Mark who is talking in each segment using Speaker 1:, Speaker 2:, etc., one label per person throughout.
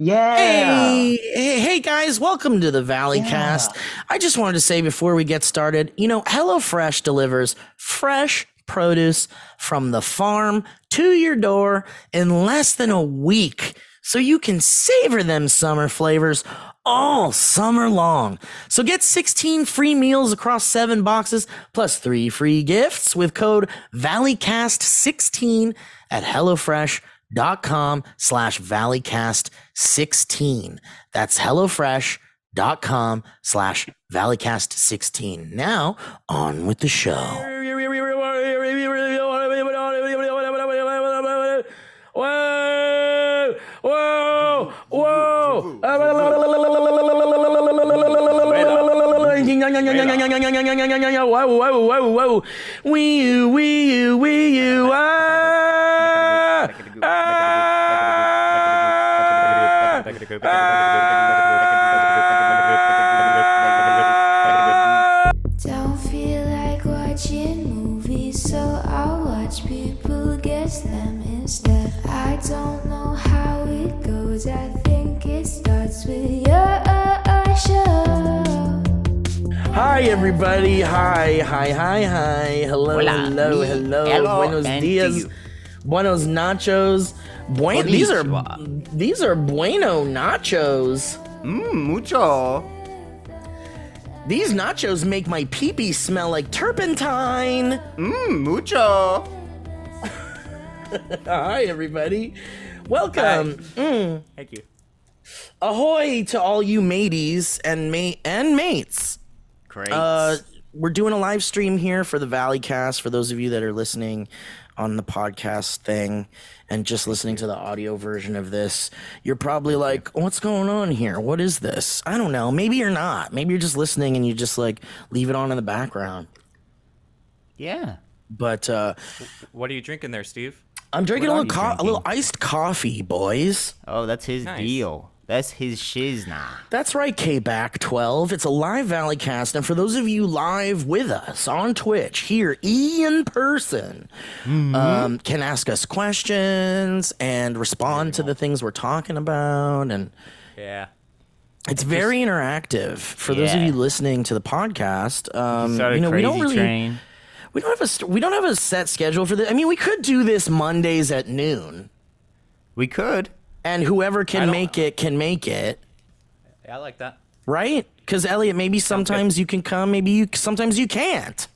Speaker 1: Yeah.
Speaker 2: Hey, hey, hey, guys, welcome to the Valley Cast. I just wanted to say before we get started, you know, HelloFresh delivers fresh produce from the farm to your door in less than a week. So you can savor them summer flavors all summer long. So get 16 free meals across seven boxes plus three free gifts with code ValleyCast16 at HelloFresh.com slash ValleyCast16. That's HelloFresh.com slash ValleyCast16. Now, on with the show.
Speaker 3: Whoa! Whoa! Whoa! Whoa! Whoa! Whoa! Whoa! Wee you! Wee you! Wee you! Ah! Ah!
Speaker 4: Don't feel like watching movies, so I'll watch people guess them instead. I don't know how it goes, I think it starts with your show.
Speaker 3: Hi everybody! Hi! Hi! Hi! Hi! Hello! Hello! Hello! Buenos dias! Buenos nachos! Buen- these are these are bueno nachos.
Speaker 5: Mm, Mucho.
Speaker 3: These nachos make my pee pee smell like turpentine.
Speaker 5: Mm, mucho.
Speaker 3: Hi, everybody. Welcome. Mm.
Speaker 5: Thank you.
Speaker 3: Ahoy to all you mateys and mate and mates.
Speaker 5: Great.
Speaker 3: Uh, we're doing a live stream here for the Valley Cast for those of you that are listening on the podcast thing and just listening to the audio version of this. You're probably like, "What's going on here? What is this?" I don't know. Maybe you're not. Maybe you're just listening and you just like leave it on in the background.
Speaker 5: yeah.
Speaker 3: But uh,
Speaker 6: What are you drinking there, Steve?
Speaker 3: I'm drinking a
Speaker 5: What
Speaker 3: little
Speaker 5: are you
Speaker 3: co- a little iced coffee, boys.
Speaker 5: Oh, that's his
Speaker 6: Nice.
Speaker 5: deal. That's his shizna.
Speaker 3: That's right, KBack 12. It's a live Valley cast. And for those of you live with us on Twitch here in person,
Speaker 5: Mm-hmm.
Speaker 3: um, can ask us questions and respond to the things we're talking about. And
Speaker 6: Yeah.
Speaker 3: it's very interactive. For those of
Speaker 5: Yeah.
Speaker 3: you listening to the podcast, um,
Speaker 5: Started
Speaker 3: you know, we
Speaker 5: crazy
Speaker 3: don't really.
Speaker 5: train.
Speaker 3: We don't have a st- we don't have a set schedule for this. I mean, we could do this Mondays at noon,
Speaker 5: We could.
Speaker 3: and whoever can
Speaker 6: don't-
Speaker 3: make it can make it.
Speaker 6: Yeah, I like that.
Speaker 3: right? Because Elliot, maybe sometimes you can come, maybe you sometimes you can't.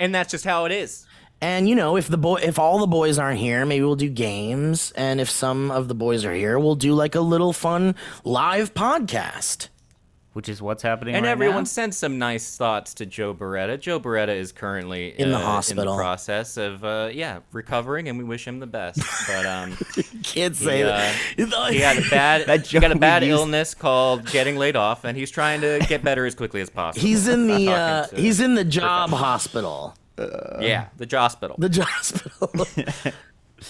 Speaker 6: And that's just how it is.
Speaker 3: And you know, if the boy, if all the boys aren't here, maybe we'll do games. And if some of the boys are here, we'll do like a little fun live podcast.
Speaker 5: Which is what's happening
Speaker 6: And
Speaker 5: right
Speaker 6: everyone
Speaker 5: now.
Speaker 6: sends some nice thoughts to Joe Beretta. Joe Beretta is currently
Speaker 3: the
Speaker 6: uh, in
Speaker 3: hospital.
Speaker 6: the process of uh, yeah recovering, and we wish him the best. But um,
Speaker 3: Can't say
Speaker 6: Yeah.
Speaker 3: that.
Speaker 6: he had a bad
Speaker 5: That
Speaker 6: he got a
Speaker 5: Joe
Speaker 6: bad
Speaker 5: we used-
Speaker 6: illness called getting laid off, and he's trying to get better as quickly as possible.
Speaker 3: He's in the uh,
Speaker 6: Talking to-
Speaker 3: he's in the job hospital.
Speaker 6: yeah the hospital.
Speaker 3: The job hospital.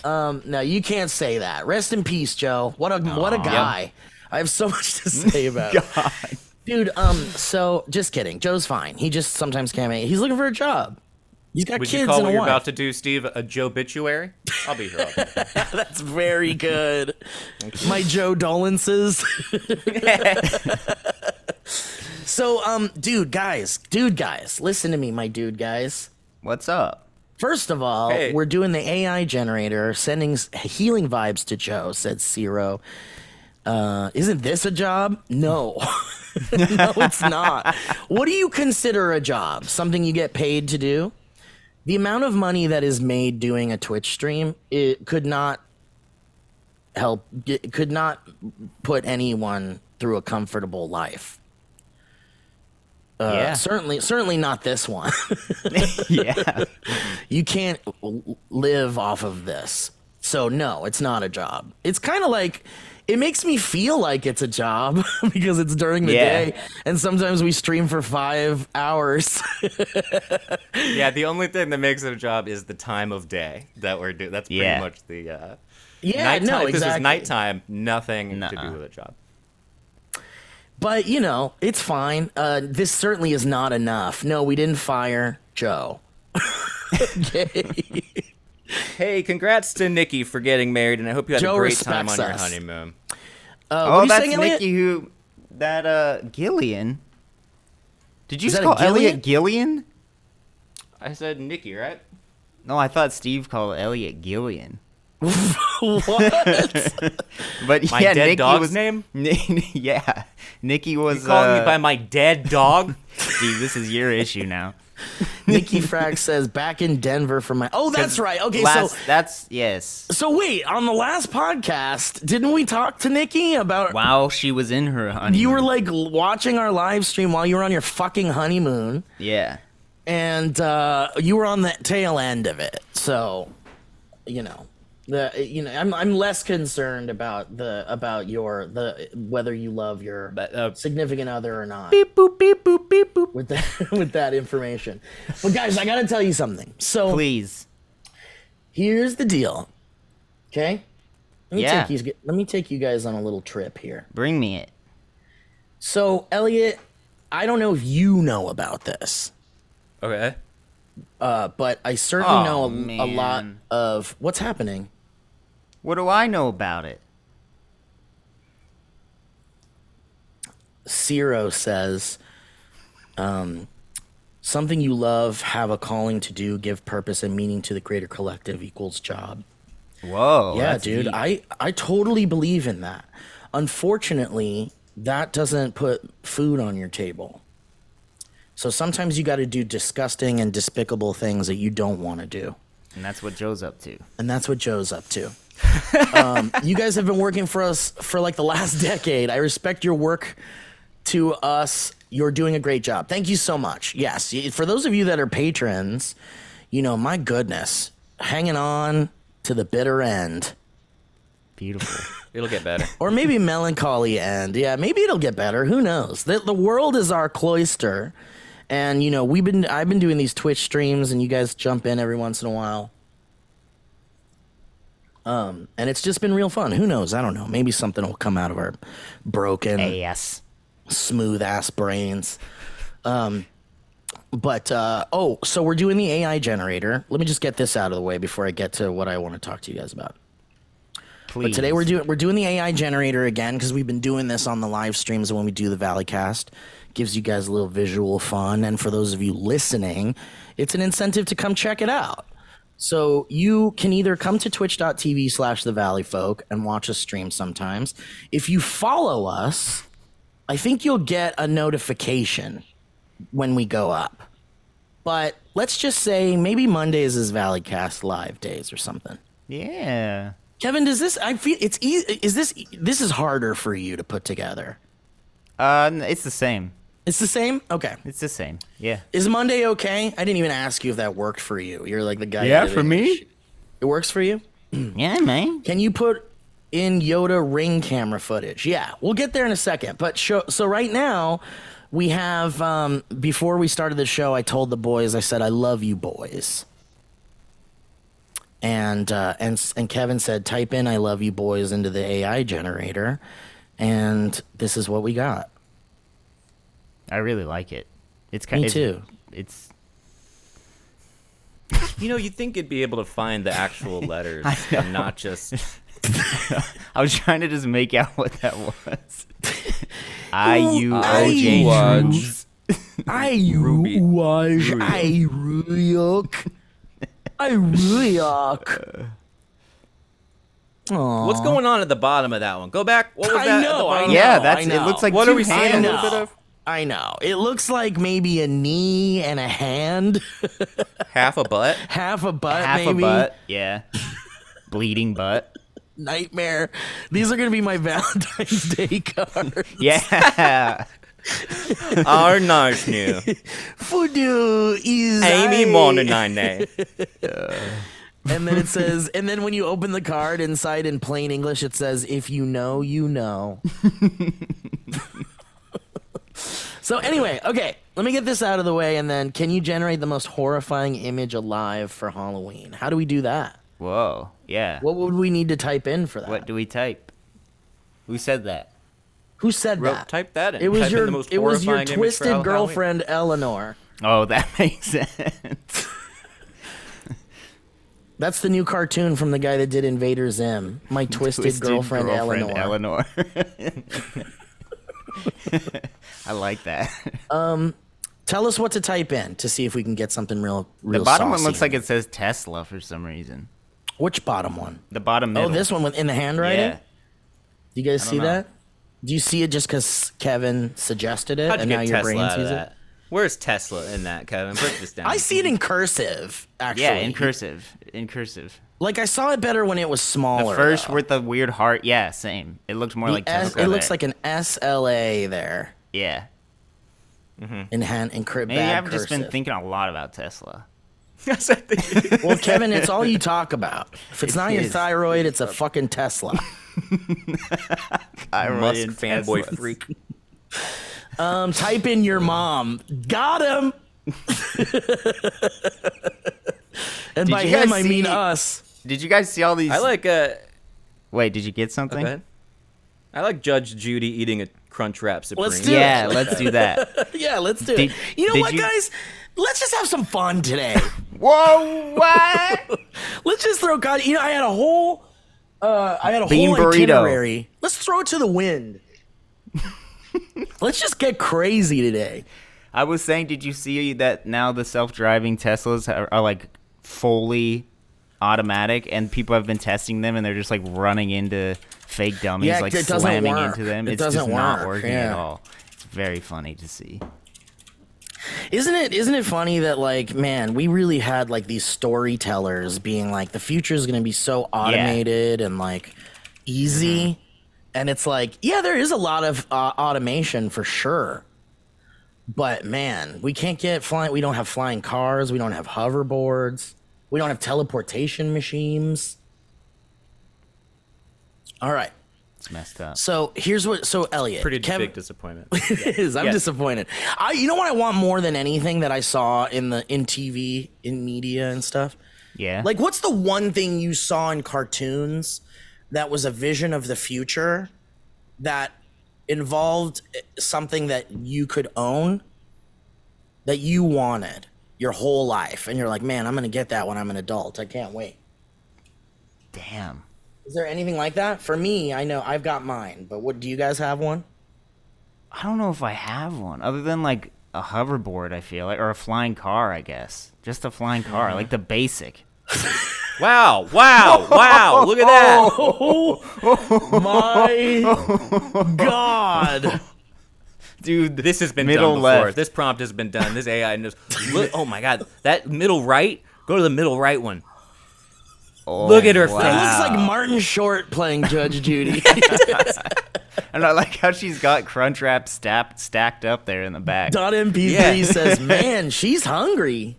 Speaker 3: um, no, you can't say that. Rest in peace, Joe. What a what a guy. I have so much to say about. it. Dude, um, so just kidding. Joe's fine. He just sometimes can't make. He's looking for a job. He's got
Speaker 6: Would
Speaker 3: kids
Speaker 6: you call
Speaker 3: and
Speaker 6: what
Speaker 3: a
Speaker 6: you're
Speaker 3: wife.
Speaker 6: about to do, Steve, a Joe bituary? I'll be here. All day.
Speaker 3: That's very good. My Joe Dolences. so, um, dude, guys, dude, guys, listen to me, my dude, guys.
Speaker 5: What's up?
Speaker 3: First of all,
Speaker 6: Hey.
Speaker 3: we're doing the AI generator, sending s- healing vibes to Joe, said Zero. Uh, isn't this a job? No. no, it's not. What do you consider a job? Something you get paid to do? The amount of money that is made doing a Twitch stream, it could not help, it could not put anyone through a comfortable life. Uh,
Speaker 5: Yeah.
Speaker 3: Certainly, certainly not this one.
Speaker 5: yeah.
Speaker 3: you can't l- live off of this. So no, it's not a job. It's kind of like it makes me feel like it's a job because it's during the
Speaker 5: Yeah.
Speaker 3: day and sometimes we stream for 5 hours.
Speaker 6: yeah, the only thing that makes it a job is the time of day that we're doing. That's pretty
Speaker 5: Yeah.
Speaker 6: much the. Uh,
Speaker 3: yeah,
Speaker 6: nighttime,
Speaker 3: no,
Speaker 6: if this
Speaker 3: exactly.
Speaker 6: is nighttime, nothing to
Speaker 5: Nuh-uh.
Speaker 6: do with a job.
Speaker 3: But, you know, it's fine. Uh, this certainly is not enough. No, we didn't fire Joe.
Speaker 6: Hey, congrats to Nikki for getting married, and I hope you had
Speaker 3: Joe
Speaker 6: a great time on
Speaker 3: respects
Speaker 6: your
Speaker 3: us.
Speaker 6: honeymoon.
Speaker 3: Uh, what are
Speaker 5: oh,
Speaker 3: you
Speaker 5: that's
Speaker 3: saying,
Speaker 5: Nikki
Speaker 3: Elliot?
Speaker 5: who that uh Gillian. Did you
Speaker 3: Is
Speaker 5: just
Speaker 3: that a
Speaker 5: call Elliot Gillian?
Speaker 6: I said Nikki, right?
Speaker 5: No, I thought Steve called Elliot Gillian.
Speaker 3: What?
Speaker 5: But
Speaker 6: My
Speaker 5: yeah,
Speaker 6: dead
Speaker 5: Nikki
Speaker 6: dog's
Speaker 5: was
Speaker 6: name?
Speaker 5: Ni- yeah, Nikki was
Speaker 6: Calling
Speaker 5: uh,
Speaker 6: me by my dead dog.
Speaker 5: Steve, this is your issue now.
Speaker 3: Nikki Frack says back in Denver for my. Oh, that's right. Okay,
Speaker 5: Last,
Speaker 3: so
Speaker 5: that's yes.
Speaker 3: so wait on the last podcast, didn't we talk to Nikki about?
Speaker 5: Wow, she was in her honeymoon.
Speaker 3: You were like l- watching our live stream while you were on your fucking honeymoon,
Speaker 5: yeah.
Speaker 3: and uh, you were on the tail end of it. So, you know, the you know, I'm I'm less concerned about the about your the whether you love your
Speaker 5: But, uh,
Speaker 3: significant other or not.
Speaker 5: Beep boop beep boop beep boop.
Speaker 3: with that with that information. But guys, I gotta tell you something. So
Speaker 5: Please.
Speaker 3: here's the deal. Okay? Let me
Speaker 5: Yeah.
Speaker 3: take you, let me take you guys on a little trip here.
Speaker 5: Bring me it.
Speaker 3: So Elliot, I don't know if you know about this,
Speaker 6: Okay.
Speaker 3: uh, but I certainly
Speaker 5: Aw,
Speaker 3: know a, a
Speaker 5: Oh,
Speaker 3: lot
Speaker 5: man.
Speaker 3: of what's happening.
Speaker 5: What do I know about it?
Speaker 3: Ciro says, um, something you love, have a calling to do, give purpose and meaning to the greater collective equals job.
Speaker 5: Whoa.
Speaker 3: yeah
Speaker 5: that's
Speaker 3: dude
Speaker 5: deep.
Speaker 3: i i totally believe in that unfortunately that doesn't put food on your table so sometimes you got to do disgusting and despicable things that you don't want to do
Speaker 5: and that's what Joe's up to.
Speaker 3: and that's what joe's up to um, you guys have been working for us for like the last decade i respect your work to us you're doing a great job thank you so much yes y- for those of you that are patrons you know my goodness hanging on to the bitter end
Speaker 5: Beautiful.
Speaker 6: It'll get better.
Speaker 3: or maybe melancholy end. Yeah, maybe it'll get better. Who knows? The, the world is our cloister, and you know we've been I've been doing these Twitch streams, and you guys jump in every once in a while. Um, and it's just been real fun. Who knows? I don't know. Maybe something will come out of our broken,
Speaker 5: yes.
Speaker 3: smooth ass brains. Um, but uh, oh, so we're doing the AI generator. Let me just get this out of the way before I get to what I want to talk to you guys about.
Speaker 5: Please.
Speaker 3: But today we're doing we're doing the AI generator again because we've been doing this on the live streams and when we do the Valleycast, gives you guys a little visual fun. And for those of you listening, it's an incentive to come check it out. So you can either come to twitch.tv slash the valley folk and watch us stream sometimes. If you follow us, I think you'll get a notification when we go up. But let's just say maybe Mondays is Valleycast live days or something.
Speaker 5: Yeah.
Speaker 3: Kevin, does this? I feel it's easy. Is this? This is harder for you to put together.
Speaker 5: Uh, n- it's the same.
Speaker 3: It's the same. Okay.
Speaker 5: It's the same. Yeah.
Speaker 3: Is Monday okay? I didn't even ask you if that worked for you. You're like the guy. who did it. It works for you.
Speaker 5: Yeah, man.
Speaker 3: Can you put in Yoda ring camera footage? Yeah, we'll get there in a second. But show, so right now, we have. Um, before we started the show, I told the boys. I said, "I love you, boys." And uh, and and Kevin said, "Type in I love you, boys" into the AI generator, and this is what we got.
Speaker 5: I really like it. It's kind.
Speaker 3: Me
Speaker 5: it's,
Speaker 3: too.
Speaker 5: It's.
Speaker 6: You know, you'd think it'd be able to find the actual letters and not just.
Speaker 5: I was trying to just make out what that was. I U O
Speaker 3: I
Speaker 5: J
Speaker 6: was-
Speaker 5: Troops.
Speaker 3: I
Speaker 6: Ruby.
Speaker 3: was
Speaker 6: Ruby.
Speaker 3: I rook. I rook.
Speaker 6: What's going on at the bottom of that one? Go back. What was
Speaker 3: I
Speaker 6: that? at the
Speaker 3: know, I
Speaker 6: bottom?
Speaker 3: know.
Speaker 5: Yeah, that's. It
Speaker 3: know.
Speaker 5: looks like
Speaker 6: What
Speaker 5: two
Speaker 6: are we seeing?
Speaker 5: hands.
Speaker 6: A little bit of
Speaker 3: I know. It looks like maybe a knee and a hand,
Speaker 6: half a butt.
Speaker 3: half a butt,
Speaker 5: Half
Speaker 3: maybe.
Speaker 5: a butt. Yeah. Bleeding butt.
Speaker 3: Nightmare. These are gonna be my Valentine's Day cards.
Speaker 5: Yeah.
Speaker 6: Our nice new
Speaker 3: Fudu is
Speaker 6: Amy
Speaker 3: I.
Speaker 6: Mononine.
Speaker 3: And then it says, and then when you open the card inside in plain English, it says, if you know, you know. so, anyway, okay, let me get this out of the way. And then, can you generate the most horrifying image alive for Halloween? How do we do that?
Speaker 5: Whoa. Yeah.
Speaker 3: What would we need to type in for that?
Speaker 5: What do we type? Who said that?
Speaker 3: Who said
Speaker 6: Wrote,
Speaker 3: that?
Speaker 6: type that in.
Speaker 3: it was
Speaker 6: Type in
Speaker 3: your
Speaker 6: the most
Speaker 3: it was your
Speaker 6: horrifying image for
Speaker 3: twisted
Speaker 6: Halloween.
Speaker 3: girlfriend Eleanor.
Speaker 5: Oh, that makes sense.
Speaker 3: That's the new cartoon from the guy that did Invader Zim. My twisted,
Speaker 5: Twisted
Speaker 3: girlfriend, Eleanor.
Speaker 5: Eleanor. I like that.
Speaker 3: Tell us what to type in to see if we can get something real. real
Speaker 5: The bottom one
Speaker 3: saucy.
Speaker 5: looks like it says Tesla for some reason.
Speaker 3: which bottom one?
Speaker 5: The bottom
Speaker 3: Oh,
Speaker 5: middle.
Speaker 3: this one with in the handwriting.
Speaker 5: Yeah.
Speaker 3: Do you guys see
Speaker 5: know.
Speaker 3: that? Do you see it just because Kevin suggested it,
Speaker 6: How'd you
Speaker 3: and now
Speaker 6: get
Speaker 3: your
Speaker 6: Tesla
Speaker 3: brain
Speaker 6: out of
Speaker 3: sees
Speaker 6: that?
Speaker 3: it?
Speaker 6: Where's Tesla in that, Kevin? Break this down.
Speaker 3: I see it in cursive. Actually,
Speaker 5: Yeah, in cursive. In cursive.
Speaker 3: Like I saw it better when it was
Speaker 5: The
Speaker 3: smaller.
Speaker 5: first
Speaker 3: though.
Speaker 5: with the weird heart. Yeah, same. It looked more
Speaker 3: The
Speaker 5: like
Speaker 3: S-
Speaker 5: Tesla.
Speaker 3: it looks like an SLA there
Speaker 5: Yeah.
Speaker 3: in hand in cur-
Speaker 5: Maybe
Speaker 3: bad
Speaker 5: I've just been
Speaker 3: cursive.
Speaker 5: thinking a lot about Tesla.
Speaker 6: Yes, I think-
Speaker 3: Well, Kevin, it's all you talk about. If it's not your
Speaker 5: is.
Speaker 3: thyroid, it's a fucking Tesla.
Speaker 5: I
Speaker 6: Musk fanboy freak.
Speaker 3: Um, type in your mom. Got him. and by
Speaker 5: you guys
Speaker 3: him, I mean
Speaker 5: see-
Speaker 3: us.
Speaker 5: Did you guys see all these?
Speaker 6: I like uh,
Speaker 5: Wait, did you get
Speaker 6: go
Speaker 5: something?
Speaker 6: ahead. I like Judge Judy eating a crunch wrap supreme.
Speaker 3: Let's do it.
Speaker 5: Yeah, let's do that.
Speaker 3: Yeah, let's do
Speaker 5: Did-
Speaker 3: it. You know
Speaker 5: did
Speaker 3: what,
Speaker 5: you-
Speaker 3: guys? Let's just have some fun today.
Speaker 5: Whoa, what?
Speaker 3: let's just throw God. You know, I had a whole, uh, I had a
Speaker 5: Bean
Speaker 3: whole
Speaker 5: burrito.
Speaker 3: itinerary. Let's throw it to the wind. let's just get crazy today.
Speaker 5: I was saying, did you see that now the self-driving Teslas are, are like fully automatic, and people have been testing them, and they're just like running into fake dummies,
Speaker 3: Yeah,
Speaker 5: like
Speaker 3: it doesn't
Speaker 5: slamming
Speaker 3: work.
Speaker 5: into them.
Speaker 3: It
Speaker 5: it's
Speaker 3: doesn't
Speaker 5: just not
Speaker 3: work,
Speaker 5: working at
Speaker 3: yeah.
Speaker 5: all. It's very funny to see.
Speaker 3: Isn't it isn't it funny that like man, we really had like these storytellers being like the future is going to be so automated and like easy
Speaker 6: Mm-hmm.
Speaker 3: and it's like yeah, there is a lot of uh, automation for sure. But man, we can't get flying we don't have flying cars, we don't have hoverboards, we don't have teleportation machines. All right.
Speaker 5: It's messed up.
Speaker 3: So here's what so Elliot
Speaker 6: Pretty
Speaker 3: Kev-
Speaker 6: big disappointment.
Speaker 3: it is. I'm
Speaker 6: Yes.
Speaker 3: disappointed. I, you know what I want more than anything that I saw in the in TV, in media and stuff.
Speaker 5: Yeah,
Speaker 3: Like, what's the one thing you saw in cartoons that was a vision of the future that involved eh, something that you could own that you wanted your whole life, and you're like, man, I'm gonna get that when I'm an adult. I can't wait.
Speaker 5: damn.
Speaker 3: Is there anything like that for me? I know I've got mine, but what do you guys have one?
Speaker 5: I don't know if I have one other than like a hoverboard. I feel like, or a flying car. I guess just a flying car, like the basic.
Speaker 6: wow! Wow! Wow! Look at that!
Speaker 3: My God.
Speaker 5: Dude,
Speaker 6: This has been
Speaker 5: Middle
Speaker 6: done before.
Speaker 5: left.
Speaker 6: This prompt has been done. This AI knows. Look, oh my god! That middle right. Go to the middle right one.
Speaker 5: Oh,
Speaker 6: Look at her
Speaker 3: It
Speaker 6: face.
Speaker 3: looks like Martin Short playing Judge Judy.
Speaker 5: And I like how she's got Crunchwrap stacked stacked up there in the back.
Speaker 3: Don MP3
Speaker 6: Yeah.
Speaker 3: says, "Man, she's hungry."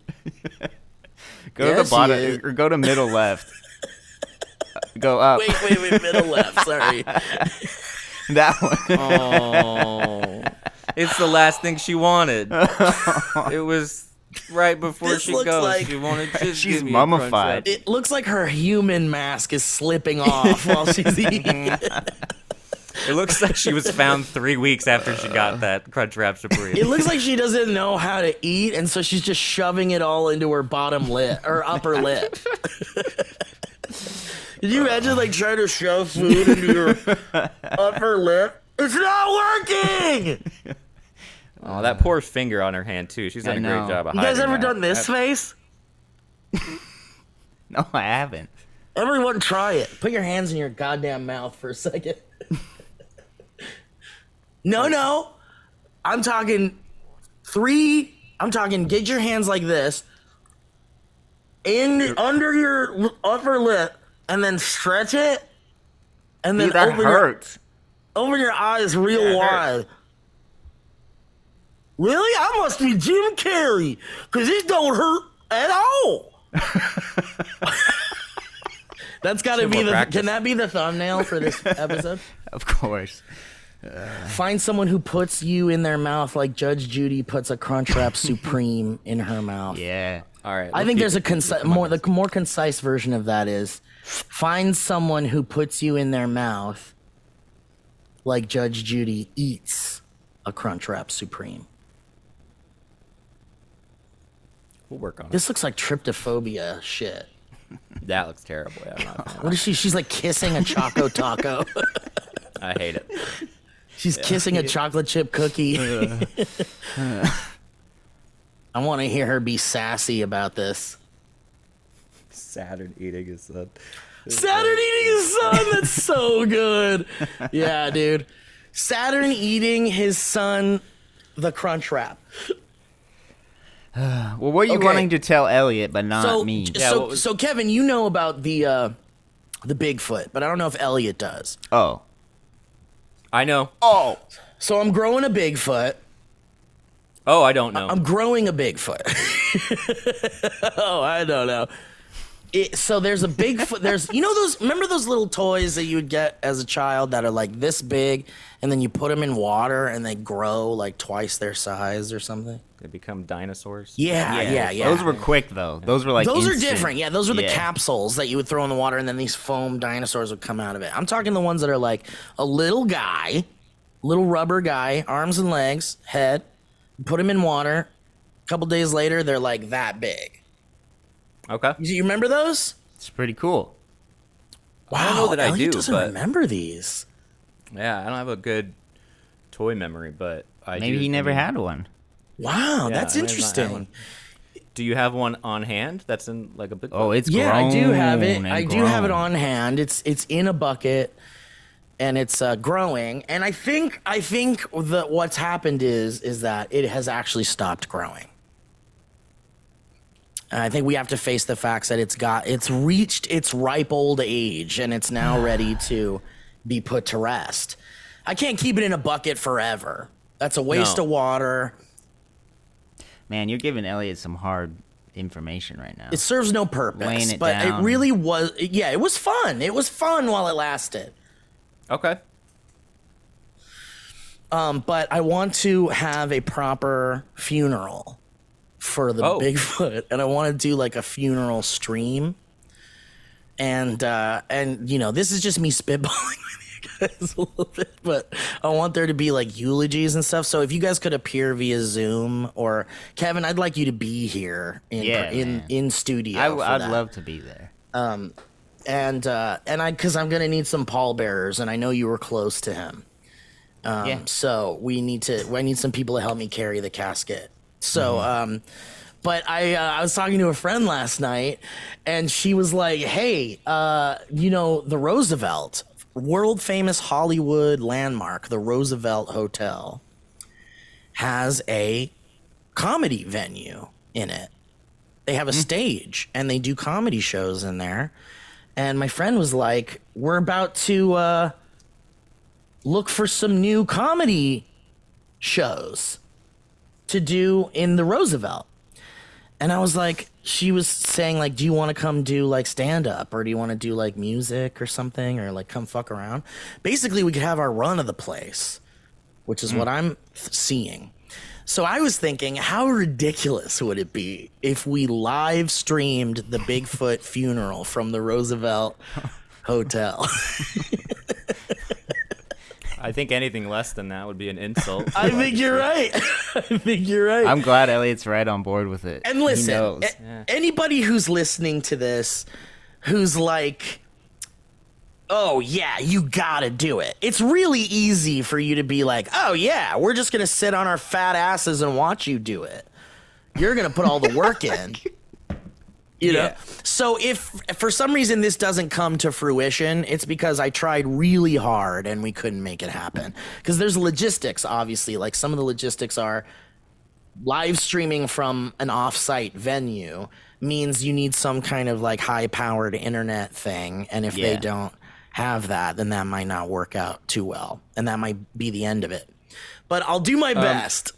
Speaker 5: Go to
Speaker 3: Yes,
Speaker 5: the
Speaker 3: he
Speaker 5: bottom
Speaker 3: is.
Speaker 5: or go to middle left. Uh, go up
Speaker 3: Wait, wait, wait, middle left. Sorry.
Speaker 5: that one.
Speaker 6: Oh, it's the last thing she wanted. it was right before
Speaker 3: This
Speaker 6: she
Speaker 3: looks
Speaker 6: goes.
Speaker 3: like-
Speaker 6: she wanted to just
Speaker 5: She's
Speaker 6: give me a
Speaker 5: mummified.
Speaker 6: crunch wrap.
Speaker 3: It looks like her human mask is slipping off while she's eating.
Speaker 6: It looks like she was found three weeks after she
Speaker 5: Uh.
Speaker 6: got that crunch wrap supreme.
Speaker 3: It looks like she doesn't know how to eat, and so she's just shoving it all into her bottom lip or upper lip. Did you imagine like trying to shove food into your upper lip? It's not working.
Speaker 6: oh, that poor finger on her hand too. She's done
Speaker 5: I
Speaker 6: a
Speaker 5: know.
Speaker 6: great job. Of
Speaker 3: You guys
Speaker 6: hiding
Speaker 3: ever
Speaker 6: that.
Speaker 3: done this face?
Speaker 5: No, I haven't.
Speaker 3: Everyone try it. Put your hands in your goddamn mouth for a second. no, no. I'm talking three. I'm talking get your hands like this in under your l- upper lip and then stretch it and then
Speaker 5: Dude, that
Speaker 3: open, your,
Speaker 5: hurts.
Speaker 3: open your eyes real
Speaker 6: it
Speaker 3: wide.
Speaker 6: hurts.
Speaker 3: Really? I must be Jim Carrey because it don't hurt at all. That's got to
Speaker 6: Should
Speaker 3: be
Speaker 6: more
Speaker 3: the.
Speaker 6: practice.
Speaker 3: Can that be the thumbnail for this episode?
Speaker 5: Of course.
Speaker 3: Find someone who puts you in their mouth like Judge Judy puts a Crunchwrap Supreme in her mouth.
Speaker 5: Yeah.
Speaker 6: All right.
Speaker 3: I think there's a conci- more the more concise version of that is find someone who puts you in their mouth like Judge Judy eats a Crunchwrap Supreme.
Speaker 6: We'll work on it.
Speaker 3: This looks like tryptophobia shit.
Speaker 6: That looks terrible. Yeah, I'm not a fan.
Speaker 3: What is she? She's like kissing a choco taco.
Speaker 6: I hate it.
Speaker 3: She's kissing a chocolate chip cookie. I want to hear her be sassy about this.
Speaker 6: Saturn eating is up.
Speaker 3: Saturn eating his son. That's so good. Yeah, dude. Saturn eating his son, the Crunch Wrap.
Speaker 5: Well, what are you
Speaker 3: Okay.
Speaker 5: wanting to tell Elliot, but not
Speaker 3: So,
Speaker 5: me?
Speaker 6: Yeah,
Speaker 3: so,
Speaker 6: what was-
Speaker 3: so Kevin, you know about the uh, the Bigfoot, but I don't know if Elliot does.
Speaker 5: Oh,
Speaker 6: I know.
Speaker 5: oh,
Speaker 3: So I'm growing a Bigfoot.
Speaker 6: Oh, I don't know.
Speaker 3: I'm growing a Bigfoot. oh, I don't know. It, so there's a Bigfoot. There's you know those remember those little toys that you would get as a child that are like this big, and then you put them in water and they grow like twice their size or something.
Speaker 6: they become dinosaurs.
Speaker 3: Yeah, yeah, yeah.
Speaker 5: Ah, Those were quick though. Those were like
Speaker 3: Those are
Speaker 5: instant.
Speaker 3: different. Yeah, those were the
Speaker 5: Yeah.
Speaker 3: capsules that you would throw in the water, and then these foam dinosaurs would come out of it. I'm talking the ones that are like a little guy, little rubber guy, arms and legs, head. Put him in water. A couple days later, they're like that big.
Speaker 6: Okay.
Speaker 3: You you remember those?
Speaker 5: It's pretty cool.
Speaker 3: Wow,
Speaker 6: don't know that I
Speaker 3: Elliot
Speaker 6: do,
Speaker 3: doesn't
Speaker 6: but-
Speaker 3: remember these.
Speaker 6: Yeah, I don't have a good toy memory, but I
Speaker 5: Maybe
Speaker 6: do-
Speaker 5: he never
Speaker 6: I mean,
Speaker 5: had one.
Speaker 3: Wow,
Speaker 6: Yeah,
Speaker 3: that's
Speaker 6: I did not have
Speaker 3: interesting.
Speaker 6: one. Do you have one on hand? That's in like a big.
Speaker 5: Oh, it's
Speaker 3: Yeah, I do have it.
Speaker 5: grown and
Speaker 3: I do have it
Speaker 5: grown.
Speaker 3: on hand. It's it's in a bucket, and it's uh, growing. And I think I think that what's happened is is that it has actually stopped growing. And I think we have to face the facts that it's got it's reached its ripe old age and it's now ready to be put to rest. I can't keep it in a bucket forever. That's a waste
Speaker 6: No.
Speaker 3: of water.
Speaker 5: Man, you're giving Elliot some hard information right now.
Speaker 3: It serves no purpose.
Speaker 5: Laying it
Speaker 3: but
Speaker 5: down.
Speaker 3: it really was yeah, it was fun. It was fun while it lasted.
Speaker 6: okay.
Speaker 3: Um, but I want to have a proper funeral for the
Speaker 6: Oh.
Speaker 3: Bigfoot, and I want to do like a funeral stream. And uh, and you know, this is just me spitballing with you guys a little bit, but I want there to be like eulogies and stuff. So if you guys could appear via Zoom or Kevin, I'd like you to be here in
Speaker 5: Yeah,
Speaker 3: in,
Speaker 5: man.
Speaker 3: in studio.
Speaker 5: I,
Speaker 3: for
Speaker 5: would
Speaker 3: that
Speaker 5: love to be there.
Speaker 3: and uh, and I because I'm gonna need some pallbearers, and I know you were close to him. Um,
Speaker 5: Yeah.
Speaker 3: So we need to. I need some people to help me carry the casket. So, um, but I uh, I was talking to a friend last night, and she was like, "Hey, uh, you know the Roosevelt, world famous Hollywood landmark, the Roosevelt Hotel, has a comedy venue in it. They have a stage and they do comedy shows in there." and my friend was like, "We're about to uh, look for some new comedy shows to do in the Roosevelt." And I was like, she was saying like, "Do you want to come do like stand up or do you want to do like music or something or like come fuck around?" Basically, we could have our run of the place, which is what I'm th- seeing. So I was thinking, how ridiculous would it be if we live streamed the Bigfoot funeral from the Roosevelt Hotel?
Speaker 6: I think anything less than that would be an insult.
Speaker 3: I think you're right. I think you're right.
Speaker 5: I'm glad Elliot's right on board with it.
Speaker 3: and
Speaker 5: He
Speaker 3: listen, eh,
Speaker 5: knows.
Speaker 3: a- anybody who's listening to this who's like, oh, yeah, you gotta do it. It's really easy for you to be like, oh, yeah, we're just gonna sit on our fat asses and watch you do it. You're gonna put all the work in. You know?
Speaker 6: Yeah.
Speaker 3: So if for some reason this doesn't come to fruition, it's because I tried really hard and we couldn't make it happen. Because there's logistics, obviously. Like some of the logistics are live streaming from an offsite venue means you need some kind of like high powered internet thing. And if they
Speaker 5: Yeah.
Speaker 3: don't have that, then that might not work out too well. And that might be the end of it. But I'll do my best.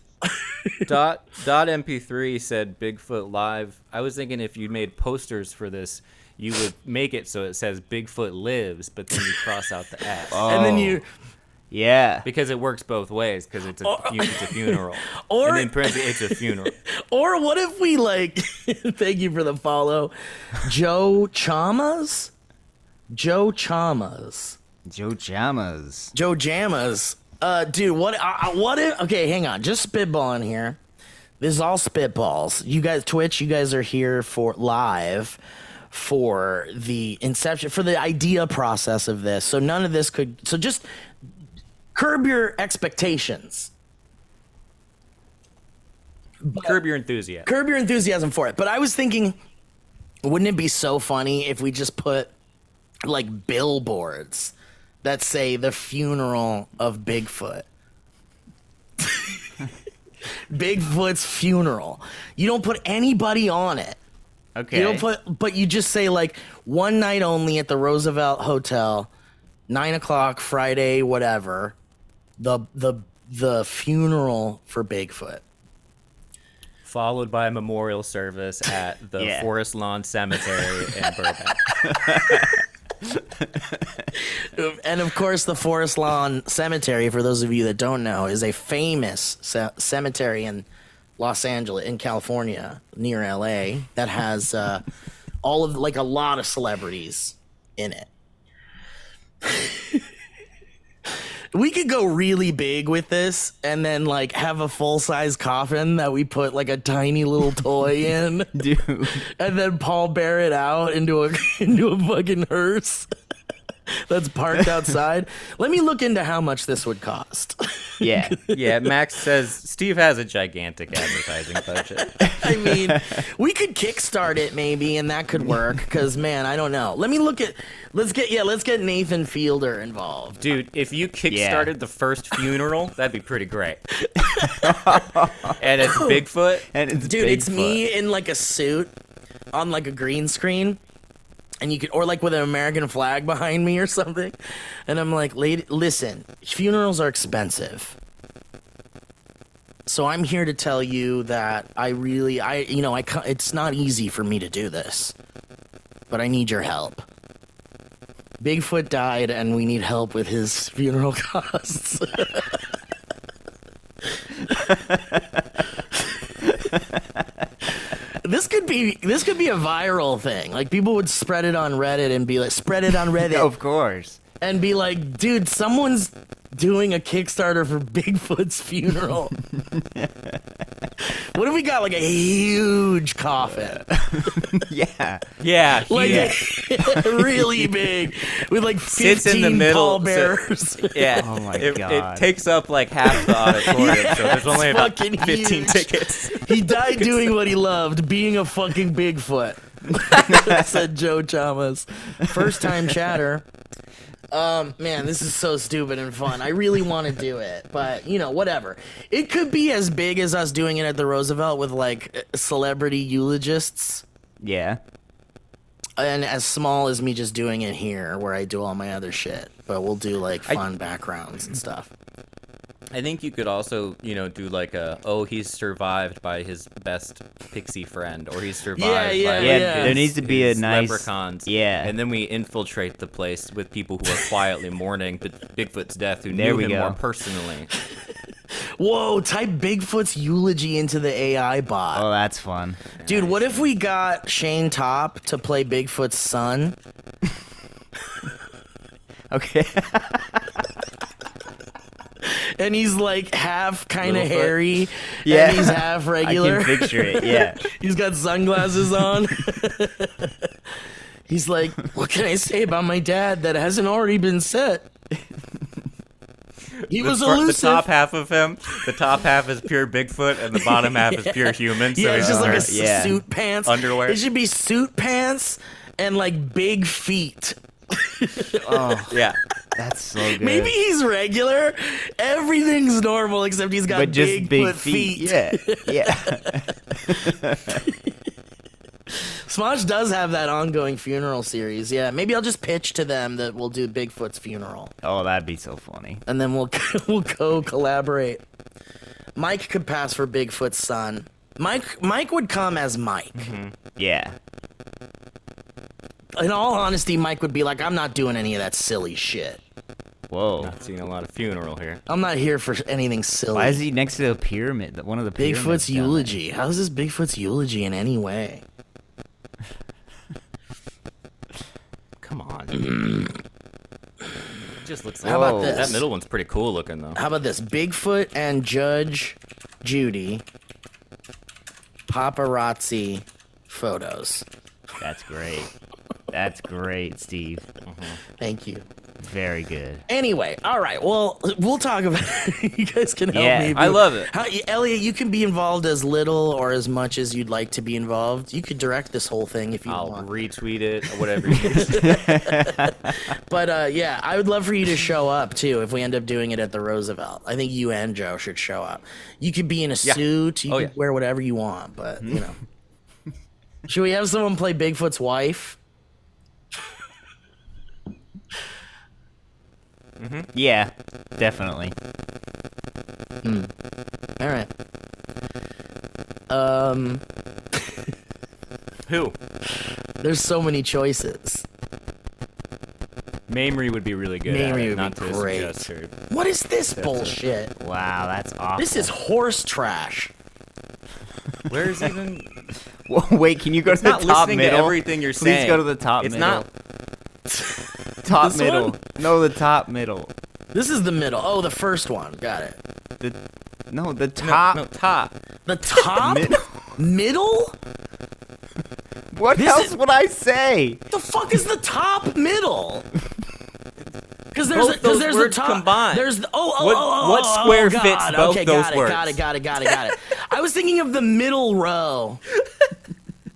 Speaker 6: dot dot mp3 said bigfoot live i was thinking if you made posters for this you would make it so it says bigfoot lives but then you cross out the s
Speaker 3: And then
Speaker 5: Oh.
Speaker 3: you,
Speaker 5: yeah.
Speaker 6: because it works both ways because it's, a fu- it's a funeral
Speaker 3: Or-
Speaker 6: and in parentheses, it's a funeral
Speaker 3: or what if we like, thank you for the follow, Joe Chamas? Joe Chamas.
Speaker 5: Joe Chamas.
Speaker 3: Joe Jammas. Uh, dude, what? I, I- what if? Okay, hang on. Just spitballing here. This is all spitballs. You guys, Twitch, you guys are here for live. for the inception for the idea process of this. So none of this could so just curb your expectations.
Speaker 6: Curb your enthusiasm.
Speaker 3: Curb your enthusiasm for it. But I was thinking wouldn't it be so funny if we just put like billboards that say the funeral of Bigfoot? Bigfoot's funeral. You don't put anybody on it.
Speaker 5: Okay.
Speaker 3: You don't put, but you just say like one night only at the Roosevelt Hotel, nine o'clock Friday, whatever. The the the funeral for Bigfoot.
Speaker 6: Followed by a memorial service at the
Speaker 5: Yeah.
Speaker 6: Forest Lawn Cemetery in Burbank.
Speaker 3: And of course, the Forest Lawn Cemetery, for those of you that don't know, is a famous ce- cemetery in Los Angeles, in California, near LA, that has uh, all of like a lot of celebrities in it. we could go really big with this and then like have a full size coffin that we put like a tiny little toy in
Speaker 5: Dude,
Speaker 3: and then Paul bear it out into a into a fucking hearse that's parked outside. Let me look into how much this would cost.
Speaker 5: yeah.
Speaker 6: Yeah, Max says Steve has a gigantic advertising budget.
Speaker 3: I mean, we could kickstart it maybe, and that could work. Because man, I don't know. Let me look at. Let's get yeah. Let's get Nathan Fielder involved.
Speaker 6: Dude, if you kickstarted the first funeral, that'd be pretty great. and it's Bigfoot.
Speaker 5: And it's
Speaker 3: Dude, it's
Speaker 5: Bigfoot.
Speaker 3: me in like a suit on like a green screen. And you could, or like with an American flag behind me or something. And I'm like, "Lady, listen, funerals are expensive. So I'm here to tell you that I really, I, you know, I, ca- it's not easy for me to do this, but I need your help. Bigfoot died, and we need help with his funeral costs. this could be, this could be a viral thing. Like people would spread it on Reddit and be like, spread it on Reddit
Speaker 5: Of course.
Speaker 3: and be like, dude, someone's doing a Kickstarter for Bigfoot's funeral. what if we got like a huge coffin?
Speaker 5: Yeah.
Speaker 6: Yeah, he-
Speaker 3: Like
Speaker 6: yeah.
Speaker 3: really big. With like 15
Speaker 6: Sits in the middle,
Speaker 3: pallbearers.
Speaker 6: yeah.
Speaker 5: Oh my
Speaker 6: it,
Speaker 5: God.
Speaker 6: It takes up like half the auditorium, so there's only about
Speaker 3: fucking
Speaker 6: 15
Speaker 3: huge.
Speaker 6: tickets.
Speaker 3: he died doing what he loved, being a fucking Bigfoot. said Joe Chamas. First time chatter. Um, man, this is so stupid and fun. I really want to do it, but you know, whatever. It could be as big as us doing it at the Roosevelt with like celebrity eulogists,
Speaker 5: Yeah.
Speaker 3: and as small as me just doing it here where I do all my other shit. But we'll do like fun backgrounds and stuff.
Speaker 6: I think you could also, you know, do like a oh he's survived by his best pixie friend, or he's survived
Speaker 3: yeah,
Speaker 6: by
Speaker 3: yeah.
Speaker 6: like,
Speaker 3: Yeah,
Speaker 6: his-
Speaker 5: there needs to be a
Speaker 6: his
Speaker 5: nice-
Speaker 6: leprechauns.
Speaker 5: yeah.
Speaker 6: and then we infiltrate the place with people who are quietly mourning Bi- Bigfoot's death, who
Speaker 5: There
Speaker 6: knew
Speaker 5: we
Speaker 6: him
Speaker 5: go.
Speaker 6: more personally.
Speaker 3: Whoa, type Bigfoot's eulogy into the AI bot.
Speaker 5: Oh, that's fun.
Speaker 3: Dude, what if we got Shane Top to play Bigfoot's son?
Speaker 5: Okay.
Speaker 3: And he's like half kind of
Speaker 6: Littlefoot?
Speaker 3: hairy.
Speaker 5: Yeah.
Speaker 3: And he's half
Speaker 5: I
Speaker 3: regular.
Speaker 5: can picture it. Yeah.
Speaker 3: he's got sunglasses on. he's like, What can I say about my dad that hasn't already been said? He was
Speaker 6: the, fir- the
Speaker 3: elusive.
Speaker 6: top half of him, the top half is pure Bigfoot, and the bottom half is pure human. So
Speaker 3: yeah,
Speaker 6: he's
Speaker 3: it's just like a
Speaker 6: wearing-
Speaker 3: s-
Speaker 5: yeah.
Speaker 3: suit pants.
Speaker 6: Underwear.
Speaker 3: It should be suit pants and like big feet.
Speaker 5: Oh,
Speaker 6: yeah.
Speaker 5: that's so good.
Speaker 3: Maybe he's regular. Everything's normal except he's got
Speaker 5: but just big,
Speaker 3: big foot
Speaker 5: feet.
Speaker 3: feet.
Speaker 5: Yeah. Yeah.
Speaker 3: Smosh does have that ongoing funeral series. Yeah, maybe I'll just pitch to them that we'll do Bigfoot's funeral,
Speaker 5: oh, that'd be so funny.
Speaker 3: and then we'll we'll co collaborate. Mike could pass for Bigfoot's son. Mike Mike would come as Mike.
Speaker 5: Mm-hmm. Yeah.
Speaker 3: In all honesty, Mike would be like, "I'm not doing any of that silly shit.
Speaker 5: Whoa.
Speaker 6: Not seeing a lot of funeral here.
Speaker 3: I'm not here for anything silly."
Speaker 5: Why is he next to a pyramid? One of the pyramids
Speaker 3: Bigfoot's
Speaker 5: down there.
Speaker 3: eulogy? How is this Bigfoot's eulogy in any way?
Speaker 6: Come on. just looks. Like,
Speaker 3: How about
Speaker 5: Whoa.
Speaker 3: this?
Speaker 6: that middle one's pretty cool looking though.
Speaker 3: How about this? Bigfoot and Judge Judy paparazzi photos.
Speaker 5: That's great. That's great, Steve.
Speaker 3: Thank you.
Speaker 5: Very good.
Speaker 3: Anyway, all right. Well, we'll talk about. you guys can help
Speaker 5: Yeah,
Speaker 3: me. if
Speaker 6: I
Speaker 3: you-
Speaker 6: love it.
Speaker 3: How, Elliot, you can be involved as little or as much as you'd like to be involved. You could direct this whole thing if you
Speaker 6: I'll
Speaker 3: want.
Speaker 6: retweet it, whatever. you do.
Speaker 3: But uh, yeah, I would love for you to show up too if we end up doing it at the Roosevelt. I think you and Joe should show up. You could be in a suit. You
Speaker 6: Oh,
Speaker 3: could
Speaker 6: yeah. Mm-hmm.
Speaker 3: wear whatever you want, but you know. should we have someone play Bigfoot's wife?
Speaker 5: Yeah, definitely.
Speaker 3: All right. Um,
Speaker 6: Who?
Speaker 3: There's so many choices.
Speaker 6: Mamrie would be really good. at
Speaker 3: Mamrie
Speaker 6: it,
Speaker 3: would
Speaker 6: not
Speaker 3: be
Speaker 6: to
Speaker 3: great.
Speaker 6: suggest her.
Speaker 3: What is this bullshit?
Speaker 5: Wow, that's awesome.
Speaker 3: This is horse trash.
Speaker 6: Where's even?
Speaker 5: Whoa, wait, can you go to the
Speaker 6: not
Speaker 5: top
Speaker 6: listening to
Speaker 5: middle?
Speaker 6: everything you're
Speaker 5: Please go
Speaker 6: saying.
Speaker 5: to the top
Speaker 6: It's
Speaker 5: middle.
Speaker 6: not-
Speaker 5: not top
Speaker 3: This
Speaker 5: middle.
Speaker 3: one?
Speaker 5: No, the top middle.
Speaker 3: This is the middle. Oh, the first one. Got it.
Speaker 5: The no, the
Speaker 6: Top.
Speaker 5: top.
Speaker 6: No, top.
Speaker 3: The top
Speaker 5: Middle?
Speaker 3: middle?
Speaker 5: What
Speaker 3: This
Speaker 5: else
Speaker 3: is-
Speaker 5: would I say?
Speaker 3: The fuck is the top middle? Because there's
Speaker 6: Both
Speaker 3: because
Speaker 6: those
Speaker 3: there's
Speaker 6: words
Speaker 3: the top.
Speaker 6: combined.
Speaker 3: There's the, oh oh
Speaker 6: What-
Speaker 3: oh oh.
Speaker 6: what
Speaker 3: oh,
Speaker 6: square
Speaker 3: oh, God.
Speaker 6: fits both
Speaker 3: okay,
Speaker 6: those
Speaker 3: got it,
Speaker 6: words?
Speaker 3: Got it. Got it. Got it. Got it. I was thinking of the middle row.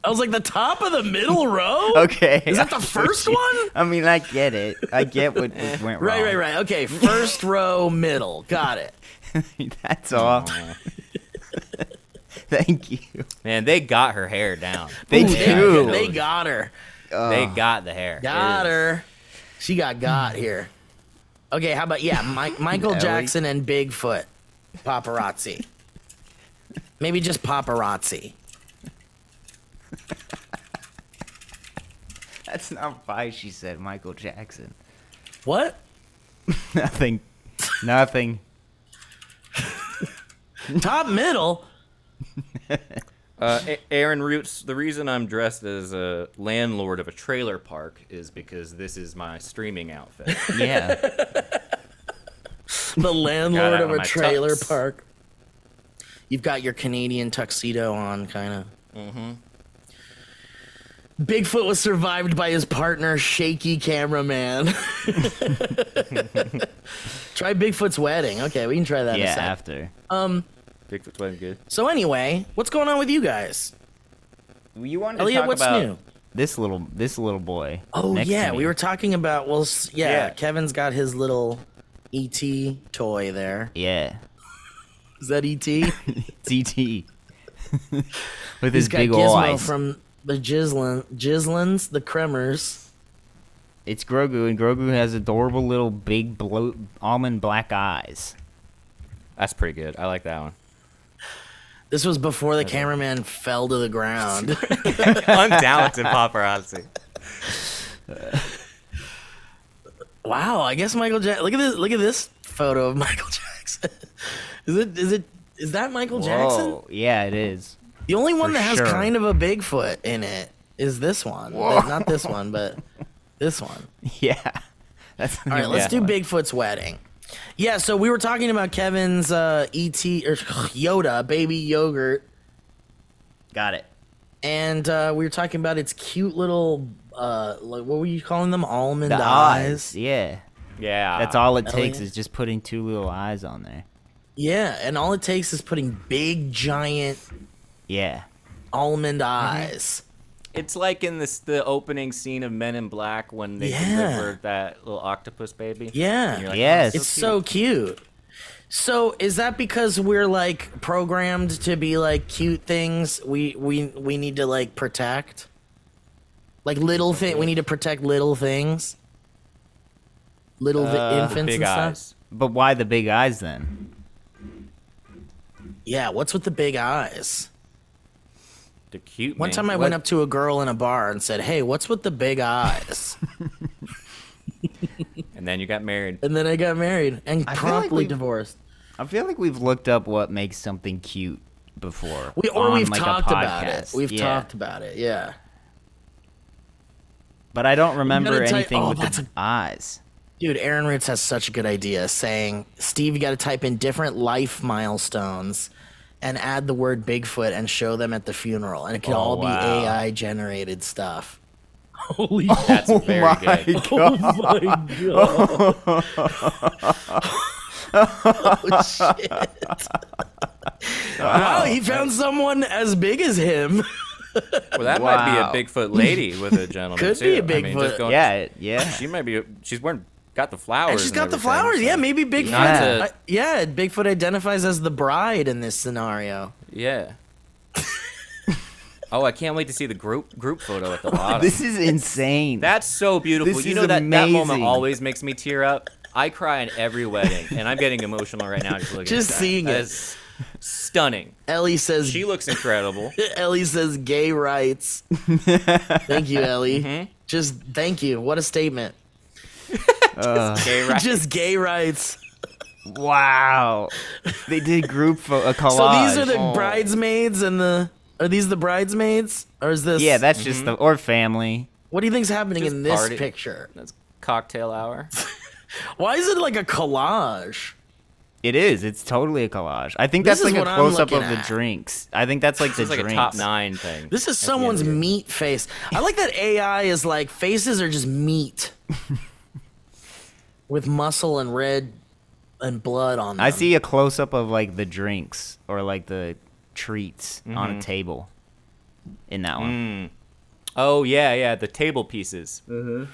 Speaker 3: I was like the top of the middle row.
Speaker 5: Okay.
Speaker 3: Is that the first one?
Speaker 5: I mean, I get it. I get what what went wrong.
Speaker 3: Right, right, right. Okay, first row, middle. Got it.
Speaker 5: right. That's all. Thank you.
Speaker 6: Man, they got her hair down.
Speaker 5: They
Speaker 3: They-
Speaker 5: do.
Speaker 3: They got her.
Speaker 6: They got the hair.
Speaker 3: Got
Speaker 6: It is-
Speaker 3: her. She got got here. Okay, how about yeah, Mike, Michael
Speaker 5: Ellie.
Speaker 3: Jackson and Bigfoot, paparazzi. Maybe just paparazzi.
Speaker 5: That's not why she said Michael Jackson.
Speaker 3: What?
Speaker 5: Nothing. Nothing.
Speaker 3: Top middle.
Speaker 6: Uh, A- Aaron Roots, the reason I'm dressed as a landlord of a trailer park is because this is my streaming outfit.
Speaker 5: Yeah.
Speaker 3: The landlord
Speaker 6: out
Speaker 3: of
Speaker 6: of
Speaker 3: a
Speaker 6: my
Speaker 3: trailer
Speaker 6: tux.
Speaker 3: park. You've got your Canadian tuxedo on, kind of. Mm-hmm. Bigfoot was survived by his partner, shaky cameraman. try Bigfoot's wedding. Okay, we can try that. in a
Speaker 5: yeah.
Speaker 3: sec.
Speaker 5: After.
Speaker 6: Bigfoot's wedding good.
Speaker 3: So anyway, what's going on with you guys?
Speaker 5: You wanted to
Speaker 3: Elliot,
Speaker 5: talk
Speaker 3: what's
Speaker 5: about
Speaker 3: new?
Speaker 5: this little this little boy.
Speaker 3: Oh
Speaker 5: next to
Speaker 3: yeah,
Speaker 5: me.
Speaker 3: we were talking about well s- yeah,
Speaker 6: Yeah.
Speaker 3: Kevin's got his little ET toy there.
Speaker 5: Yeah.
Speaker 3: Is that E ET?
Speaker 5: DT. With
Speaker 3: He's
Speaker 5: his
Speaker 3: got
Speaker 5: big
Speaker 3: Gizmo
Speaker 5: ol' eyes.
Speaker 3: from the Gislin Gislins, the Kremers.
Speaker 5: it's Grogu, and Grogu has adorable little big blue almond black eyes.
Speaker 6: That's pretty good. I like that one.
Speaker 3: This was before the cameraman fell to the ground.
Speaker 6: Untalented paparazzi.
Speaker 3: wow, I guess Michael Jackson. Look at this. Look at this photo of Michael Jackson. is it? Is it? Is that Michael Jackson?
Speaker 5: Whoa. Yeah, it is.
Speaker 3: The only one
Speaker 5: For
Speaker 3: that has
Speaker 5: sure.
Speaker 3: kind of a Bigfoot in it is this one. But Not this one, but this one.
Speaker 5: Yeah. That's
Speaker 3: All right, let's do Bigfoot's wedding. Yeah, so we were talking about Kevin's uh, ET or Yoda baby yogurt,
Speaker 5: Got it.
Speaker 3: and uh, we were talking about its cute little uh, like what were you calling them? Almond
Speaker 5: The
Speaker 3: eyes. Ah,
Speaker 5: eyes. Yeah.
Speaker 6: Yeah.
Speaker 5: That's all it
Speaker 3: Elliot?
Speaker 5: takes is just putting two little eyes on there.
Speaker 3: Yeah, and all it takes is putting big giant
Speaker 5: Yeah.
Speaker 3: almond
Speaker 5: Mm-hmm.
Speaker 3: eyes.
Speaker 6: It's like in this the opening scene of Men in Black when they
Speaker 3: Yeah.
Speaker 6: deliver that little octopus baby.
Speaker 3: Yeah.
Speaker 6: And you're
Speaker 5: Yes.
Speaker 6: "Oh,
Speaker 3: It's so cute. So is that because we're like programmed to be like cute things we we we need to like protect? Like little thing we need to protect little things. Little vi-
Speaker 6: Uh,
Speaker 3: infants
Speaker 6: big
Speaker 3: and stuff.
Speaker 6: eyes.
Speaker 5: But why the big eyes then?
Speaker 3: Yeah, what's with the big eyes?
Speaker 6: The cute.
Speaker 3: One time I went up to a girl in a bar and said, "Hey, what's with the big eyes?"
Speaker 6: and then you got married.
Speaker 3: and then I got married and
Speaker 5: I feel like
Speaker 3: promptly
Speaker 5: we've-
Speaker 3: divorced.
Speaker 5: I feel like we've looked up what makes something cute before.
Speaker 3: We or
Speaker 5: on,
Speaker 3: we've
Speaker 5: like, a
Speaker 3: talked about it.
Speaker 5: podcast.
Speaker 3: We've
Speaker 5: Yeah.
Speaker 3: talked about it. Yeah.
Speaker 5: But I don't remember
Speaker 3: tell you-
Speaker 5: anything
Speaker 3: oh,
Speaker 5: with
Speaker 3: that's
Speaker 5: the
Speaker 3: a-
Speaker 5: eyes.
Speaker 3: Dude, Aaron Roots has such a good idea saying, Steve, you got to type in different life milestones and add the word Bigfoot and show them at the funeral, and it could
Speaker 5: Oh,
Speaker 3: all
Speaker 5: wow.
Speaker 3: be AI generated stuff. Holy
Speaker 6: That's very
Speaker 5: my
Speaker 6: good.
Speaker 5: God.
Speaker 3: my god! oh shit! Wow, he found someone as big as him.
Speaker 6: Well, that
Speaker 5: Wow.
Speaker 6: might be a Bigfoot lady with a gentleman
Speaker 3: Could
Speaker 6: too.
Speaker 3: be a
Speaker 6: I mean, just
Speaker 3: Bigfoot.
Speaker 6: going-
Speaker 5: Yeah, it- yeah.
Speaker 6: She might be. She's wearing. Got the flowers.
Speaker 3: And she's got the
Speaker 6: everything,
Speaker 3: flowers.
Speaker 6: so-
Speaker 3: Yeah, maybe Bigfoot.
Speaker 6: Not to-
Speaker 3: I- yeah, Bigfoot identifies as the bride in this scenario.
Speaker 6: Yeah. oh, I can't wait to see the group group photo at the bottom.
Speaker 5: This is insane.
Speaker 6: That's so beautiful.
Speaker 5: This
Speaker 6: you
Speaker 5: is
Speaker 6: know that, that moment
Speaker 5: amazing.
Speaker 6: always makes me tear up. I cry in every wedding, and I'm getting emotional right now just looking
Speaker 3: Just
Speaker 6: at that.
Speaker 3: seeing
Speaker 6: That
Speaker 3: it.
Speaker 6: is stunning.
Speaker 3: Ellie says.
Speaker 6: She looks incredible.
Speaker 3: Ellie says gay rights. thank you, Ellie. Just thank you. What a statement.
Speaker 6: Okay, right?
Speaker 3: Just gay rights.
Speaker 5: wow. They did group pho- a collage.
Speaker 3: So these are the
Speaker 5: Oh.
Speaker 3: bridesmaids and the are these the bridesmaids or is this
Speaker 5: Yeah, that's
Speaker 3: Mm-hmm.
Speaker 5: just the or family.
Speaker 3: what do you think's happening
Speaker 6: Just
Speaker 3: in this
Speaker 6: party.
Speaker 3: picture?
Speaker 6: That's cocktail hour.
Speaker 3: Why is it like a collage?
Speaker 5: It is. It's totally a collage. I think
Speaker 3: This
Speaker 5: that's
Speaker 3: is
Speaker 5: like
Speaker 3: what
Speaker 5: a
Speaker 3: I'm
Speaker 5: close up of
Speaker 3: looking
Speaker 5: the
Speaker 3: at.
Speaker 5: drinks. I think that's like the
Speaker 6: It's like
Speaker 5: drinks.
Speaker 6: a top nine thing.
Speaker 3: This is someone's meat face. I like that AI is like faces are just meat with muscle and red and blood on them.
Speaker 5: I see a close up of like the drinks or like the treats
Speaker 3: Mm-hmm.
Speaker 5: on a table in that one.
Speaker 6: oh yeah, yeah, the table pieces. Mm-hmm.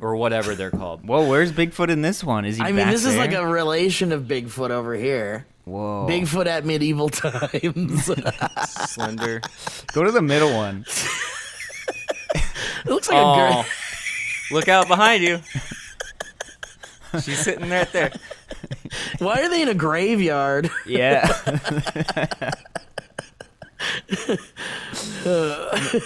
Speaker 6: Or whatever they're called.
Speaker 5: Whoa, where's Bigfoot in this one? Is he
Speaker 3: I mean,
Speaker 5: back
Speaker 3: this is like
Speaker 5: there? Oh.
Speaker 3: a relation of Bigfoot over here.
Speaker 5: Whoa.
Speaker 3: Bigfoot at medieval times. it
Speaker 6: Slender.
Speaker 5: Go to the middle one.
Speaker 3: looks like a girl.
Speaker 6: Oh, look out behind you. She's sitting right there.
Speaker 3: Why are they in a graveyard?
Speaker 5: Yeah.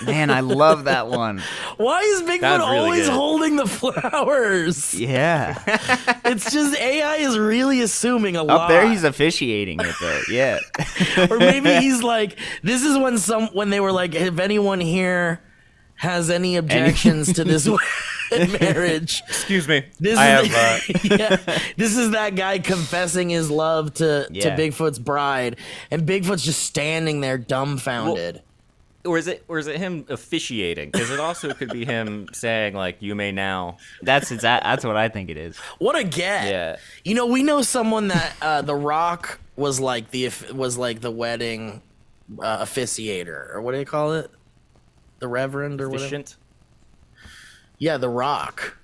Speaker 5: Man, I love that one.
Speaker 3: Why is Bigfoot
Speaker 6: That was really
Speaker 3: always
Speaker 6: good.
Speaker 3: holding the flowers?
Speaker 5: Yeah.
Speaker 3: It's just AI is really assuming a lot.
Speaker 5: Up there he's officiating it though. Yeah.
Speaker 3: or maybe he's like, this is when some when they were like, if anyone here has any objections to this marriage,
Speaker 6: Excuse me.
Speaker 3: this
Speaker 6: I
Speaker 3: is
Speaker 6: have. Uh,
Speaker 3: yeah, this is that guy confessing his love to
Speaker 5: Yeah.
Speaker 3: to Bigfoot's bride, and Bigfoot's just standing there dumbfounded.
Speaker 6: uh, or is it? Or is it him officiating? Because it also could be him saying like, "You may now."
Speaker 5: That's it's that's what I think it is.
Speaker 3: What a get!
Speaker 6: Yeah.
Speaker 3: You know, we know someone that uh, The Rock was like the was like the wedding uh, officiator, or what do they call it? The Reverend or whatever.
Speaker 6: Efficient.
Speaker 3: Yeah, The Rock.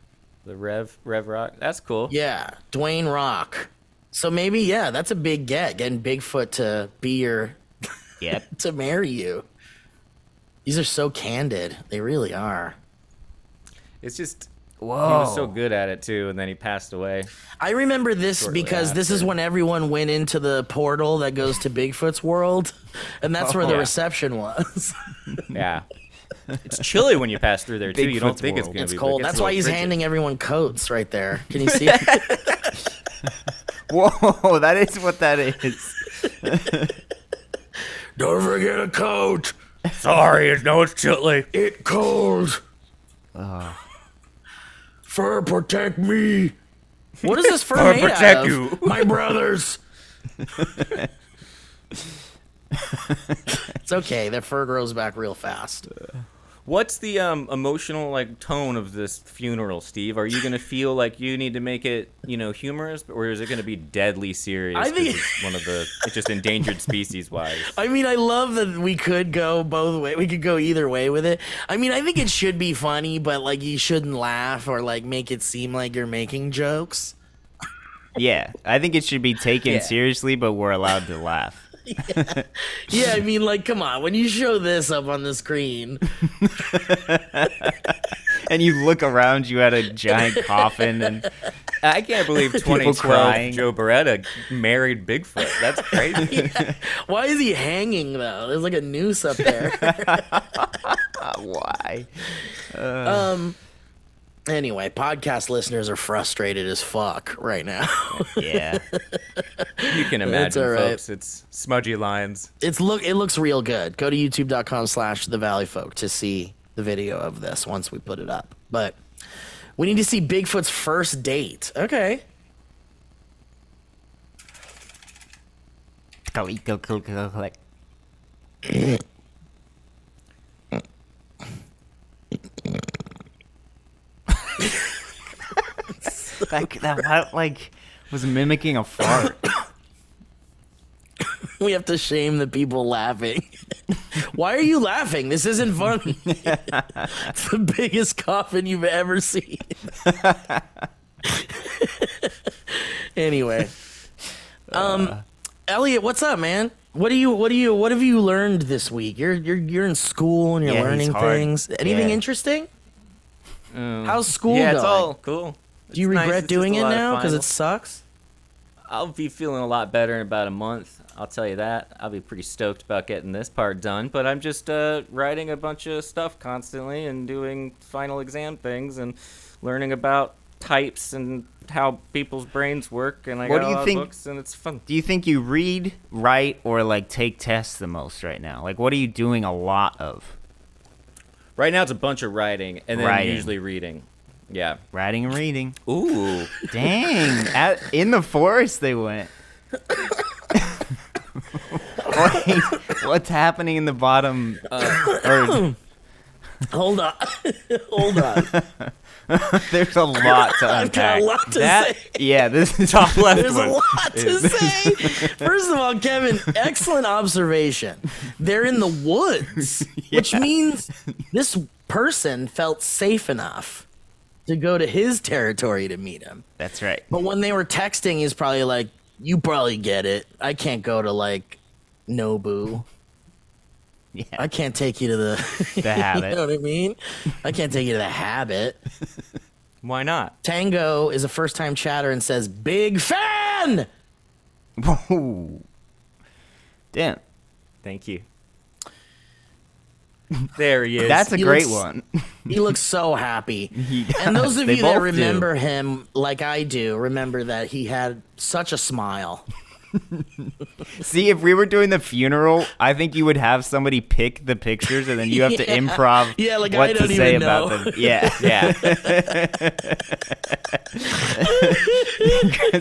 Speaker 6: The Rev Rev Rock. That's cool.
Speaker 3: Yeah, Dwayne Rock. So maybe yeah, that's a big get getting Bigfoot to be your
Speaker 5: Yep.
Speaker 3: to marry you. These are so candid. They really are.
Speaker 6: It's just
Speaker 5: Whoa.
Speaker 6: he was so good at it too, and then he passed away.
Speaker 3: I remember this
Speaker 6: Shortly
Speaker 3: because this is
Speaker 6: after.
Speaker 3: when everyone went into the portal that goes to Bigfoot's world, and that's where the
Speaker 6: Oh, Yeah.
Speaker 3: reception was.
Speaker 6: Yeah. it's chilly when you pass through there too. you don't
Speaker 5: Bigfoot's
Speaker 6: think it's
Speaker 5: world.
Speaker 6: gonna
Speaker 3: It's
Speaker 6: be but
Speaker 3: cold.
Speaker 6: it gets
Speaker 3: That's
Speaker 6: a
Speaker 3: why
Speaker 6: little
Speaker 3: he's
Speaker 6: frigid.
Speaker 3: handing everyone coats right there. Can you see? it?
Speaker 5: Whoa, that is what that is.
Speaker 3: Don't forget a coat.
Speaker 6: Sorry, no, it's chilly.
Speaker 3: It cold.
Speaker 6: Ah.
Speaker 3: Fur protect me. What is this fur, made out
Speaker 6: protect
Speaker 3: of?
Speaker 6: you.
Speaker 3: My brothers. it's okay. Their fur grows back real fast.
Speaker 6: What's the um, emotional like tone of this funeral, Steve? Are you gonna feel like you need to make it, you know, humorous, or is it gonna be deadly serious?
Speaker 3: I
Speaker 6: 'cause
Speaker 3: think-
Speaker 6: it's one of the it's just endangered species wise.
Speaker 3: I mean, I love that we could go both way. We could go either way with it. I mean, I think it should be funny, but like you shouldn't laugh or like make it seem like you're making jokes.
Speaker 5: Yeah. I think it should be taken seriously, but we're allowed to laugh.
Speaker 3: Yeah, I mean, like, come on. When you show this up on the screen,
Speaker 5: And you look around you at a giant coffin and
Speaker 6: I can't believe
Speaker 5: crying.
Speaker 6: 2012 Joe Beretta married Bigfoot. That's crazy.
Speaker 3: why is he hanging though? There's like a noose up there.
Speaker 5: why?
Speaker 3: anyway, podcast listeners are frustrated as fuck right now.
Speaker 5: Yeah.
Speaker 6: You can
Speaker 3: That's
Speaker 6: imagine,
Speaker 3: all right.
Speaker 6: folks. It's smudgy lines.
Speaker 3: it's look. It looks real good. Go to YouTube.com/slash The Valley Folk to see the video of this once we put it up. But we need to see Bigfoot's first date. Okay.
Speaker 5: Go eat, go, go, go, go, collect. that that what, like was mimicking a fart.
Speaker 3: We have to shame the people laughing. Why are you laughing? This isn't funny. it's the biggest coffin you've ever seen. anyway, um, Elliot, what's up, man? What do you? What do you? What have you learned this week? You're you're you're in school and you're
Speaker 5: Yeah, he's
Speaker 3: learning
Speaker 5: hard.
Speaker 3: things. Anything
Speaker 5: Yeah.
Speaker 3: interesting?
Speaker 6: Um,
Speaker 3: How's school
Speaker 6: yeah, it's
Speaker 3: going?
Speaker 6: all cool.
Speaker 3: do you
Speaker 6: It's nice.
Speaker 3: regret
Speaker 6: It's just
Speaker 3: doing
Speaker 6: a
Speaker 3: it
Speaker 6: lot of
Speaker 3: now because
Speaker 6: final-
Speaker 3: it sucks?
Speaker 6: I'll be feeling a lot better in about a month. I'll tell you that. I'll be pretty stoked about getting this part done. But I'm just uh, writing a bunch of stuff constantly and doing final exam things and learning about types and how people's brains work. And I
Speaker 5: What
Speaker 6: got
Speaker 5: do
Speaker 6: a
Speaker 5: you
Speaker 6: lot
Speaker 5: think-
Speaker 6: of books and it's fun.
Speaker 5: Do you think you read, write, or like take tests the most right now? Like, what are you doing a lot of?
Speaker 6: Right now it's a bunch of writing and then
Speaker 5: Writing.
Speaker 6: usually reading. Yeah.
Speaker 5: Writing and reading.
Speaker 6: Ooh.
Speaker 5: Dang! At, in the forest they went. Wait, what's happening in the bottom? uh, or,
Speaker 3: Hold on, hold on.
Speaker 5: there's a lot to
Speaker 3: I've
Speaker 5: unpack.
Speaker 3: got a lot to
Speaker 5: that,
Speaker 3: say.
Speaker 5: yeah, this is top left
Speaker 3: There's a
Speaker 5: one.
Speaker 3: lot to say. First of all, Kevin, excellent observation. They're in the woods, which means this person felt safe enough to go to his territory to meet him.
Speaker 5: That's right.
Speaker 3: But when they were texting, he's probably like, "You probably get it. I can't go to like Nobu.
Speaker 5: Yeah,
Speaker 3: I can't take you to the.
Speaker 5: the
Speaker 3: you know
Speaker 5: habit.
Speaker 3: what I mean? I can't take you to the habit."
Speaker 6: Why not?
Speaker 3: Tango is a first-time chatter and says, "Big fan."
Speaker 5: Whoa. Damn,
Speaker 6: Thank you. There he is.
Speaker 5: that's a
Speaker 3: He
Speaker 5: great
Speaker 3: looks-
Speaker 5: one.
Speaker 3: He looks so happy. and those of
Speaker 5: They
Speaker 3: you that
Speaker 5: both do.
Speaker 3: remember him like I do, remember that he had such a smile.
Speaker 5: See, if we were doing the funeral, I think you would have somebody pick the pictures, and then you have to
Speaker 3: Yeah.
Speaker 5: improv
Speaker 3: Yeah, like,
Speaker 5: what
Speaker 3: I
Speaker 5: to
Speaker 3: don't
Speaker 5: say
Speaker 3: even
Speaker 5: about
Speaker 3: know.
Speaker 5: them. Yeah, yeah.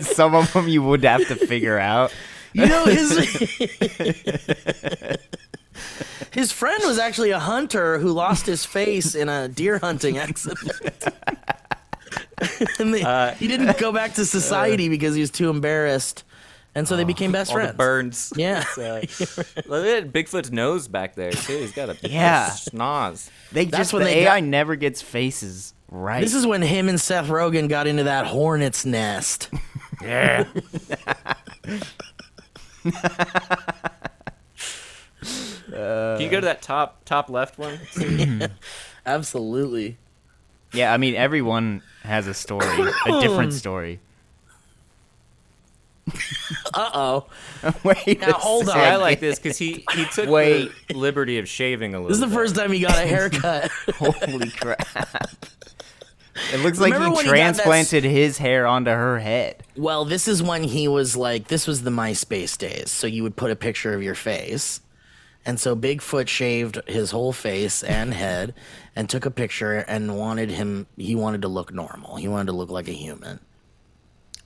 Speaker 5: Some of them you would have to figure out.
Speaker 3: You know, his His friend was actually a hunter who lost his face in a deer hunting accident. and they, he didn't go back to society because he was too embarrassed. And so they became best
Speaker 6: all
Speaker 3: friends.
Speaker 6: the burns.
Speaker 3: Yeah.
Speaker 6: It's, uh, look at Bigfoot's nose back there too. He's got a
Speaker 5: Yeah.
Speaker 6: a schnoz.
Speaker 5: They
Speaker 3: That's
Speaker 5: just
Speaker 3: when
Speaker 5: the
Speaker 3: they
Speaker 5: AI
Speaker 3: got-
Speaker 5: never gets faces right.
Speaker 3: This is when him and Seth Rogen got into that hornet's nest.
Speaker 6: Can you go to that top top left one?
Speaker 3: Absolutely.
Speaker 5: yeah, I mean everyone has a story, a different story.
Speaker 3: Uh oh.
Speaker 5: Wait,
Speaker 3: Now, hold on.
Speaker 6: See, I like this because he he took
Speaker 5: Wait.
Speaker 6: the liberty of shaving a little.
Speaker 3: This is the
Speaker 6: bit.
Speaker 3: first time he got a haircut.
Speaker 5: Holy crap! It looks like
Speaker 3: Remember
Speaker 5: he
Speaker 3: when he got that s-
Speaker 5: transplanted his hair onto her head.
Speaker 3: well, this is when he was like, this was the MySpace days. So you would put a picture of your face. And so Bigfoot shaved his whole face and head and took a picture and wanted him, he wanted to look normal. He wanted to look like a human.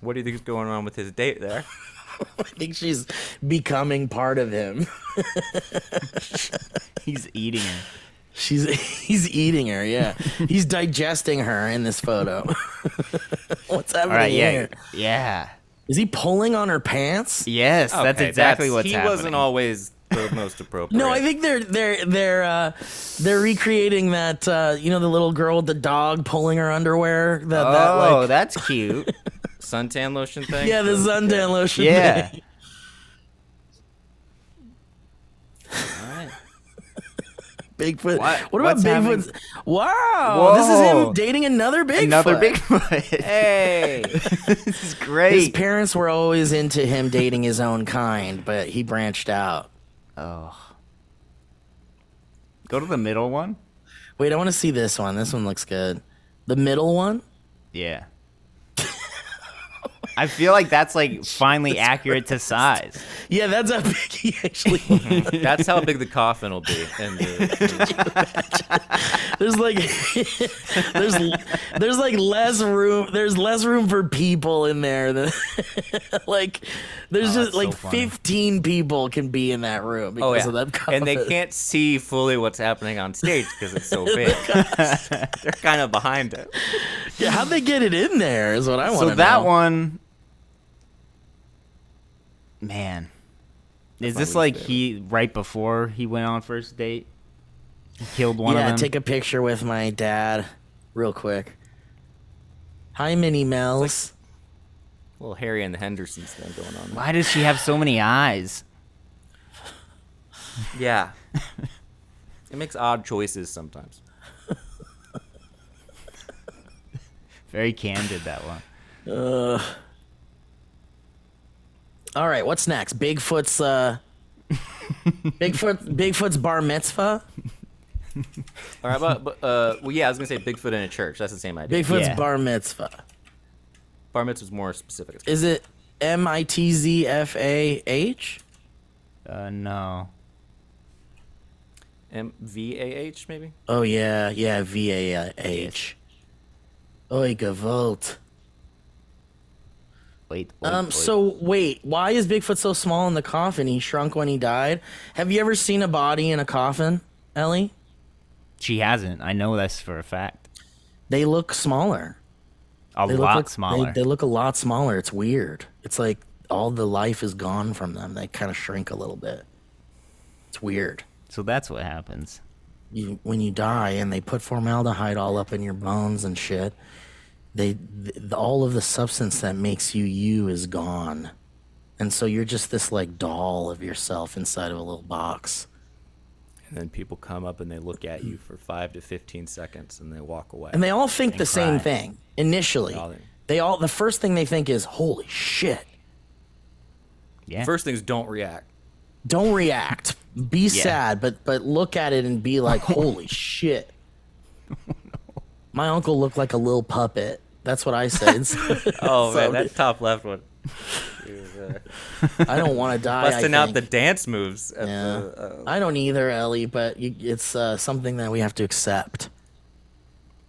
Speaker 6: What do you think is going on with his date there?
Speaker 3: I think she's becoming part of him.
Speaker 5: He's eating him.
Speaker 3: She's he's eating her, yeah. he's digesting her in this photo. What's happening
Speaker 5: All right, yeah,
Speaker 3: here?
Speaker 5: yeah.
Speaker 3: Is he pulling on her pants?
Speaker 5: Yes, that's
Speaker 6: Okay,
Speaker 5: exactly
Speaker 6: that's-
Speaker 5: what's
Speaker 6: he
Speaker 5: happening.
Speaker 6: wasn't always the most appropriate.
Speaker 3: No, I think they're they're they're uh, they're recreating that uh, you know the little girl with the dog pulling her underwear that
Speaker 5: Oh,
Speaker 3: that like
Speaker 5: that's cute.
Speaker 6: suntan lotion thing.
Speaker 3: yeah the suntan lotion
Speaker 5: yeah.
Speaker 3: thing.
Speaker 6: All right.
Speaker 3: Bigfoot.
Speaker 5: What-
Speaker 3: What, about
Speaker 5: what's
Speaker 3: Bigfoot's?
Speaker 5: happening?
Speaker 3: Wow, this is
Speaker 5: Whoa.
Speaker 3: him dating another Bigfoot.
Speaker 5: Another Bigfoot.
Speaker 6: Hey,
Speaker 5: this is great.
Speaker 3: His parents were always into him dating his own kind, but he branched out.
Speaker 5: Oh. Go to the middle one.
Speaker 3: Wait, I want to see this one. This one looks good. The middle one.
Speaker 5: Yeah. I feel like that's like finally accurate to size.
Speaker 3: Yeah, that's how big he actually was.
Speaker 6: That's how big the coffin will be. And the,
Speaker 3: There's like there's there's like less room there's less room for people in there than like there's just
Speaker 5: Oh, that's
Speaker 3: like
Speaker 5: so funny.
Speaker 3: 15 people can be in that room because
Speaker 6: oh yeah,
Speaker 3: of that
Speaker 6: and they
Speaker 3: coffin.
Speaker 6: can't see fully what's happening on stage because it's
Speaker 3: Oh
Speaker 6: so big. They're kind of behind it.
Speaker 3: Yeah, how'd they get it in there is what I want to
Speaker 5: So that one, man, is this like he right before he went on first date? He killed one
Speaker 3: yeah,
Speaker 5: of them.
Speaker 3: take a picture with my dad real quick. Hi Minnie Mel's.
Speaker 6: little Harry and the Hendersons thing going on.
Speaker 5: Why does she have so many eyes?
Speaker 6: Yeah. it makes odd choices sometimes.
Speaker 5: Very candid that one.
Speaker 3: All right, what's next? Bigfoot's uh Bigfoot Bigfoot's bar mitzvah?
Speaker 6: All right, but, but uh, well, yeah, I was gonna say Bigfoot in a church. That's the same idea.
Speaker 3: Bigfoot's
Speaker 5: Yeah.
Speaker 3: bar mitzvah.
Speaker 6: Bar mitzvah's more specific.
Speaker 3: Is it M I T Z F A H?
Speaker 5: Uh, no.
Speaker 6: M V A H maybe.
Speaker 3: Oh yeah, yeah, V A H. Oi Gavolt.
Speaker 5: Wait. wait,
Speaker 3: Um
Speaker 5: wait.
Speaker 3: so wait, why is Bigfoot so small in the coffin? He shrunk when he died. Have you ever seen a body in a coffin, Ellie?
Speaker 5: she hasn't. I know this for a fact.
Speaker 3: They look smaller.
Speaker 5: A
Speaker 3: They look
Speaker 5: lot
Speaker 3: like- they-
Speaker 5: smaller.
Speaker 3: They, look a lot smaller. It's weird. It's like all the life is gone from them. They kind of shrink a little bit. It's weird.
Speaker 5: so that's what happens.
Speaker 3: You, when you die and they put formaldehyde all up in your bones and shit, they th- the, all of the substance that makes you you is gone, and so you're just this like doll of yourself inside of a little box.
Speaker 6: And then people come up and they look at you for five to fifteen seconds and they walk away.
Speaker 3: And they all think the same
Speaker 5: cry.
Speaker 3: thing initially.
Speaker 6: all-
Speaker 3: They all the first thing they think is, "Holy shit,
Speaker 5: Yeah.
Speaker 6: First things don't react.
Speaker 3: don't react be sad but but look at it and be like holy shit my uncle looked like a little puppet that's what i said
Speaker 6: Oh
Speaker 3: So-
Speaker 6: man, that top left one. uh,
Speaker 3: i don't want to die I,
Speaker 6: Busting out
Speaker 3: think.
Speaker 6: the dance moves. At
Speaker 3: Yeah.
Speaker 6: the, uh,
Speaker 3: I don't either ellie but you, it's uh, something that we have to accept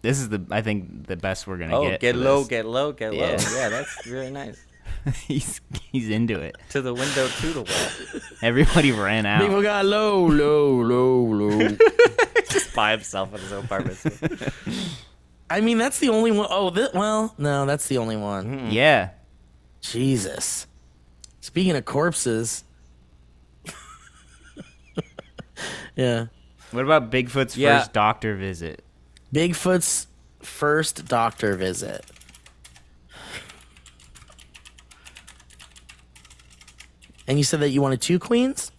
Speaker 5: this is the I think the best we're gonna
Speaker 6: oh,
Speaker 5: get.
Speaker 6: get,
Speaker 5: for
Speaker 6: low,
Speaker 5: this.
Speaker 6: get low, get
Speaker 5: Yeah.
Speaker 6: low. Yeah, that's really nice.
Speaker 5: he's he's into it.
Speaker 6: To the window, to the wall.
Speaker 5: Everybody ran out.
Speaker 3: people got low low low low
Speaker 6: Just by himself in his own apartment.
Speaker 3: i mean that's the only one oh thi- well no that's the only one
Speaker 5: yeah.
Speaker 3: jesus speaking of corpses yeah
Speaker 5: What about Bigfoot's
Speaker 6: Yeah.
Speaker 5: first doctor visit?
Speaker 3: Bigfoot's first doctor visit. And you said that you wanted two queens?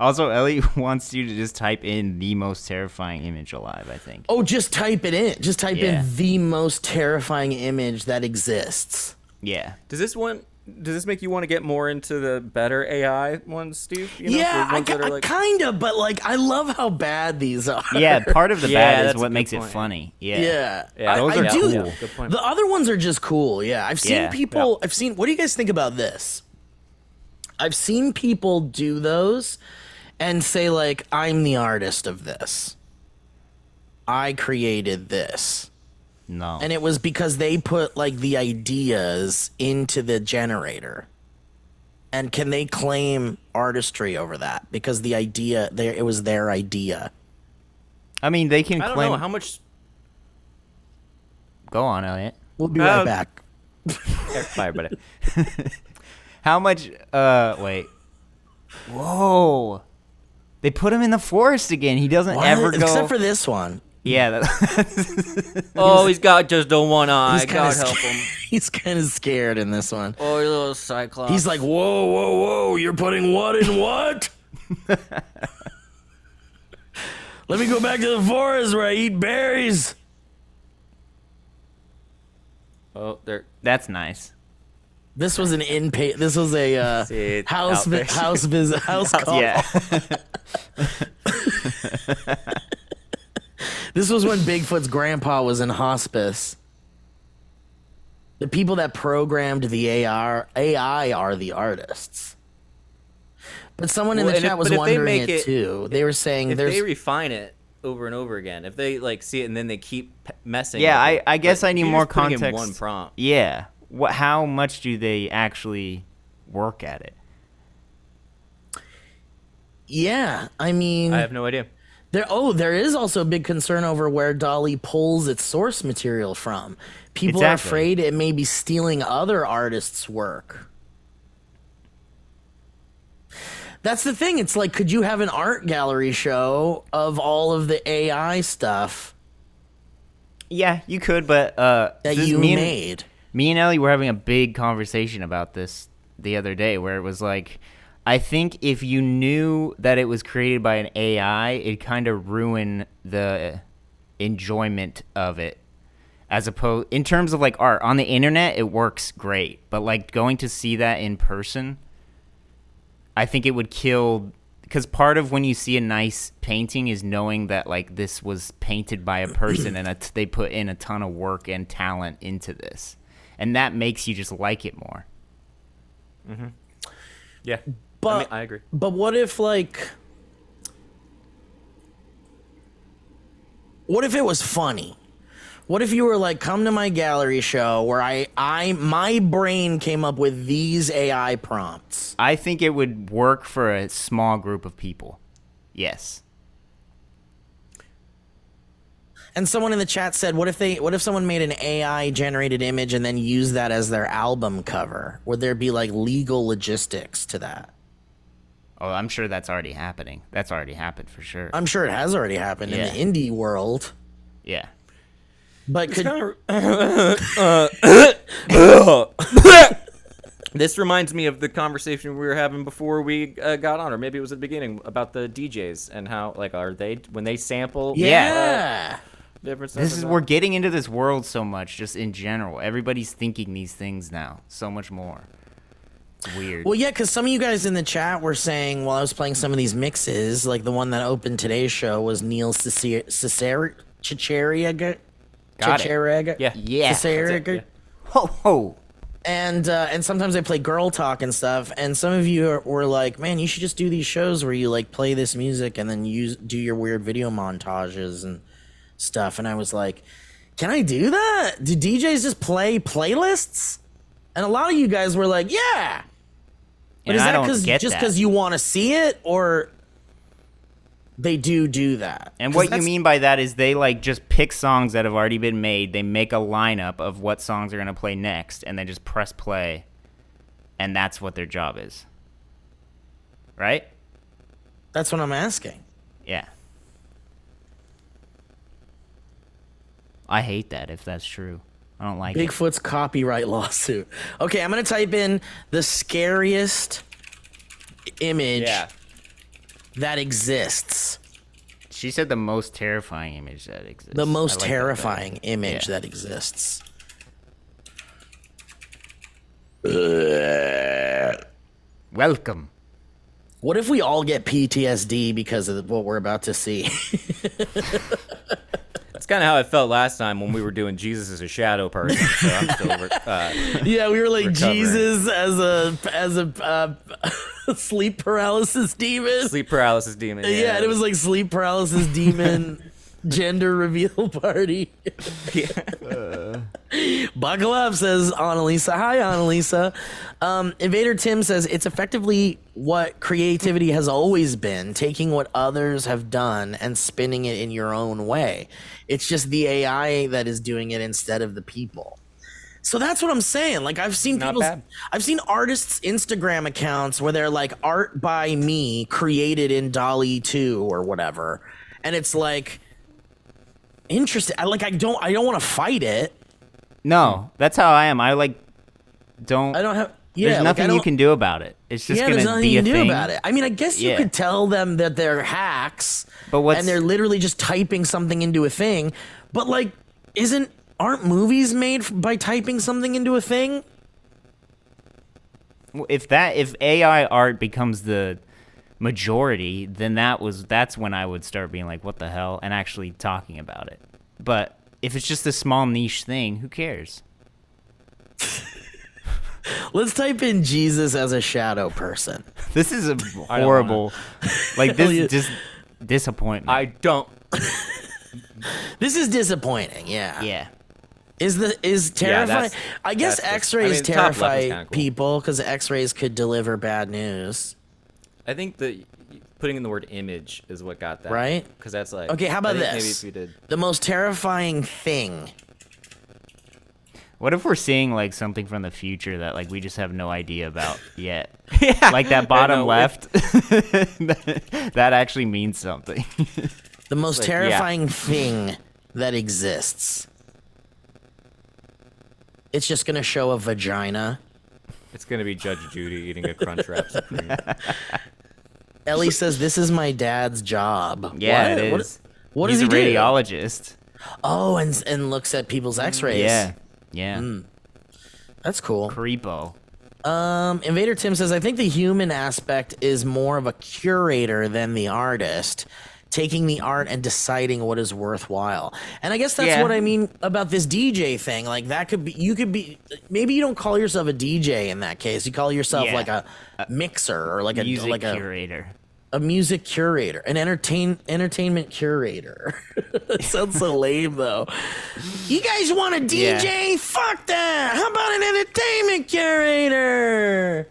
Speaker 5: Also, Ellie wants you to just type in the most terrifying image alive, I think.
Speaker 3: Oh, just type it in. Just type
Speaker 5: Yeah.
Speaker 3: in the most terrifying image that exists.
Speaker 5: Yeah.
Speaker 6: Does this one? Does this make you want to get more into the better AI ones, Steve? You know,
Speaker 3: yeah,
Speaker 6: the
Speaker 3: I,
Speaker 6: ones that are like-
Speaker 3: kind of, but like I love how bad these are.
Speaker 5: Yeah, part of the
Speaker 6: Yeah, that's
Speaker 5: bad
Speaker 6: a
Speaker 5: is what
Speaker 6: good
Speaker 5: makes it
Speaker 6: point.
Speaker 5: funny. Yeah.
Speaker 3: Yeah,
Speaker 6: Yeah,
Speaker 3: I,
Speaker 6: those
Speaker 3: I
Speaker 6: are
Speaker 3: do.
Speaker 6: cool. Good point.
Speaker 3: The other ones are just cool. Yeah, I've seen
Speaker 5: Yeah,
Speaker 3: people. I've seen. What do you guys think about this? I've seen people do those and say like, "I'm the artist of this. I created this,"
Speaker 5: No.
Speaker 3: and it was because they put like the ideas into the generator. And can they claim artistry over that? Because the idea, there, it was their idea.
Speaker 5: I mean, they can
Speaker 6: I don't
Speaker 5: claim.
Speaker 6: know how much.
Speaker 5: Go on, Elliot.
Speaker 3: We'll be right
Speaker 6: Uh,
Speaker 3: back.
Speaker 6: Bye, everybody.
Speaker 5: How much? Uh, wait. Whoa. They put him in the forest again. He doesn't ever
Speaker 3: What?
Speaker 5: go.
Speaker 3: Except for this one.
Speaker 5: yeah. That,
Speaker 6: Oh, he's got just the one eye.
Speaker 3: He's kinda
Speaker 6: God help him.
Speaker 3: He's kind of scared in this one.
Speaker 6: Oh, you little cyclops.
Speaker 3: He's like, whoa, whoa, whoa, you're putting what in what? Let me go back to the forest where I eat berries.
Speaker 6: oh, there.
Speaker 5: that's nice.
Speaker 3: This was an inpa. This was a uh,
Speaker 6: See,
Speaker 3: house vi-
Speaker 6: outfit.
Speaker 3: house visit house
Speaker 6: Oh.
Speaker 3: call.
Speaker 5: Yeah.
Speaker 3: This was when Bigfoot's grandpa was in hospice. The people that programmed the AR AI are the artists. But someone in
Speaker 6: Well,
Speaker 3: the
Speaker 6: and
Speaker 3: chat
Speaker 6: if-
Speaker 3: was
Speaker 6: but if they
Speaker 3: wondering
Speaker 6: make
Speaker 3: it,
Speaker 6: it-
Speaker 3: too. They were saying
Speaker 6: if
Speaker 3: there's
Speaker 6: they refine it over and over again, if they like see it and then they keep p- messing.
Speaker 5: Yeah,
Speaker 6: with
Speaker 5: I,
Speaker 6: it,
Speaker 5: I guess
Speaker 6: but
Speaker 5: I
Speaker 6: if
Speaker 5: need
Speaker 6: you're
Speaker 5: more
Speaker 6: just putting in
Speaker 5: context.
Speaker 6: One prompt.
Speaker 5: Yeah. What? How much do they actually work at it?
Speaker 3: yeah. I mean,
Speaker 6: I have no idea.
Speaker 3: There, oh, there is also a big concern over where Dolly pulls its source material from. People are
Speaker 5: Exactly.
Speaker 3: afraid it may be stealing other artists' work. That's the thing. It's like, could you have an art gallery show of all of the AI stuff
Speaker 5: Yeah, you could, but uh,
Speaker 3: that
Speaker 5: this-
Speaker 3: you
Speaker 5: me and-
Speaker 3: made?
Speaker 5: me and Ellie were having a big conversation about this the other day where it was like I think if you knew that it was created by an AI, it kind of ruin the enjoyment of it. As opposed in terms of like art on the internet, it works great, but like going to see that in person, I think it would kill because part of when you see a nice painting is knowing that like this was painted by a person and a t- they put in a ton of work and talent into this, and that makes you just like it more.
Speaker 6: Yeah, I, mean,
Speaker 3: But
Speaker 6: I agree.
Speaker 3: But what if like What if it was funny? What if you were like come to my gallery show where I I my brain came up with these AI prompts.
Speaker 5: I think it would work for a small group of people. Yes.
Speaker 3: And someone in the chat said what if they what if someone made an AI generated image and then used that as their album cover? Would there be like legal logistics to that?
Speaker 5: Oh, I'm sure that's already happening. That's already happened for sure.
Speaker 3: I'm sure it has already happened
Speaker 5: Yeah.
Speaker 3: in the indie world.
Speaker 5: yeah.
Speaker 3: But could
Speaker 6: uh, This reminds me of the conversation we were having before we uh, got on, or maybe it was at the beginning about the DJs and how like are they when they sample?
Speaker 3: yeah.
Speaker 6: different stuff
Speaker 5: This
Speaker 6: and
Speaker 5: is
Speaker 6: that?
Speaker 5: we're getting into this world so much just in general. Everybody's thinking these things now so much more. It's weird.
Speaker 3: Well, yeah, because some of you guys in the chat were saying while I was playing some of these mixes, like the one that opened today's show was Neil Cicer- Cicer- Cicerega.
Speaker 5: Got it.
Speaker 3: Cicerega?
Speaker 6: Yeah.
Speaker 5: Yeah. That's it,
Speaker 3: Cicerega.
Speaker 6: yeah.
Speaker 5: Ho ho.
Speaker 3: And, uh, and sometimes they play girl talk and stuff. And some of you are, were like, man, you should just do these shows where you like play this music and then use do your weird video montages and stuff. And I was like, can I do that? Do DJs just play playlists? And a lot of you guys were like, yeah. But
Speaker 5: And
Speaker 3: is
Speaker 5: I
Speaker 3: that
Speaker 5: don't
Speaker 3: 'cause-
Speaker 5: get
Speaker 3: just
Speaker 5: that.
Speaker 3: because you want to see it, or they do do that?
Speaker 5: And
Speaker 3: 'Cause
Speaker 5: what you
Speaker 3: that's-
Speaker 5: mean by that is they like just pick songs that have already been made. They make a lineup of what songs are going to play next, and then just press play, and that's what their job is. Right?
Speaker 3: That's what I'm asking.
Speaker 5: Yeah. I hate that if that's true. I don't like it.
Speaker 3: Bigfoot's copyright lawsuit. Okay, I'm gonna type in the scariest image
Speaker 6: Yeah.
Speaker 3: that exists,
Speaker 5: She said the most terrifying image that exists.
Speaker 3: the
Speaker 5: I
Speaker 3: most
Speaker 5: like that better.
Speaker 3: terrifying image
Speaker 5: Yeah.
Speaker 3: that exists.
Speaker 5: Welcome.
Speaker 3: What if we all get PTSD because of what we're about to see?
Speaker 6: That's kind of how I felt last time when we were doing Jesus as a shadow person. So I'm still over, uh,
Speaker 3: Yeah, we were like
Speaker 6: Recovering.
Speaker 3: Jesus as a as a uh, sleep paralysis demon.
Speaker 6: sleep paralysis demon. Yeah,
Speaker 3: yeah, and it was like sleep paralysis demon gender reveal party. Buckle up, says Annalisa. Hi, Annalisa. Um, Invader Tim says it's effectively what creativity has always been taking what others have done and spinning it in your own way. It's just the AI that is doing it instead of the people. So that's what I'm saying. Like I've seen
Speaker 6: Not
Speaker 3: people
Speaker 6: bad.
Speaker 3: I've seen artists Instagram accounts where they're like art by me created in Dolly 2 or whatever. And it's like interesting. I like I don't I don't want to fight it.
Speaker 5: No, that's how I am. I like don't.
Speaker 3: Hmm. I don't have yeah,
Speaker 5: there's
Speaker 3: like, I
Speaker 5: nothing you
Speaker 3: don't-
Speaker 5: can do about it. It's just
Speaker 3: yeah,
Speaker 5: gonna
Speaker 3: there's nothing
Speaker 5: be
Speaker 3: you
Speaker 5: a
Speaker 3: can do
Speaker 5: thing.
Speaker 3: about it. I mean, I guess you
Speaker 5: Yeah.
Speaker 3: could tell them that they're hacks,
Speaker 5: But what's-
Speaker 3: and they're literally just typing something into a thing. But like, isn't aren't movies made f- by typing something into a thing?
Speaker 5: if that if AI art becomes the majority, then that was that's when I would start being like, what the hell, and actually talking about it. But if it's just a small niche thing, who cares?
Speaker 3: Let's type in Jesus as a shadow person.
Speaker 5: This is a horrible, like this
Speaker 3: yeah.
Speaker 5: just disappointment.
Speaker 6: I don't.
Speaker 3: This is disappointing. Yeah.
Speaker 5: yeah,
Speaker 3: Is the is
Speaker 6: Yeah,
Speaker 3: terrifying?
Speaker 6: that's-
Speaker 3: I guess
Speaker 6: that's the-
Speaker 3: X-rays
Speaker 6: I mean, the top left is
Speaker 3: terrify
Speaker 6: kinda cool.
Speaker 3: people because X-rays could deliver bad news.
Speaker 6: I think that putting in the word image is what got that.
Speaker 3: Right?
Speaker 6: Because that's like.
Speaker 3: Okay, how
Speaker 6: I
Speaker 3: about
Speaker 6: think
Speaker 3: this?
Speaker 6: Maybe if we did.
Speaker 3: The most terrifying thing.
Speaker 5: What if we're seeing like something from the future that like we just have no idea about yet? Like that bottom
Speaker 6: know,
Speaker 5: left. that actually means something.
Speaker 3: The most
Speaker 6: like, yeah.
Speaker 3: terrifying thing that exists. It's just gonna show a vagina.
Speaker 6: It's gonna be Judge Judy eating a crunch wrap supreme.
Speaker 3: Ellie says, "This is my dad's job."
Speaker 5: Yeah,
Speaker 3: What?
Speaker 5: it
Speaker 3: What-
Speaker 5: is.
Speaker 3: what
Speaker 5: He's
Speaker 3: does he
Speaker 5: a
Speaker 3: do?
Speaker 5: radiologist.
Speaker 3: Oh, and and looks at people's X-rays.
Speaker 5: Yeah, yeah.
Speaker 3: Hmm. that's cool.
Speaker 5: Creepo.
Speaker 3: Um, Invader Tim says, I think the human aspect is more of a curator than the artist, taking the art and deciding what is worthwhile. And I guess that's
Speaker 5: Yeah.
Speaker 3: what I mean about this DJ thing. Like, that could be, you could be, maybe you don't call yourself a DJ in that case. You call yourself
Speaker 5: Yeah.
Speaker 3: like a mixer or like a,
Speaker 5: Music
Speaker 3: like a,
Speaker 5: curator.
Speaker 3: a music curator, an entertain entertainment curator. That sounds so lame though. You guys want a
Speaker 5: Yeah.
Speaker 3: DJ? Fuck that! How about an entertainment curator?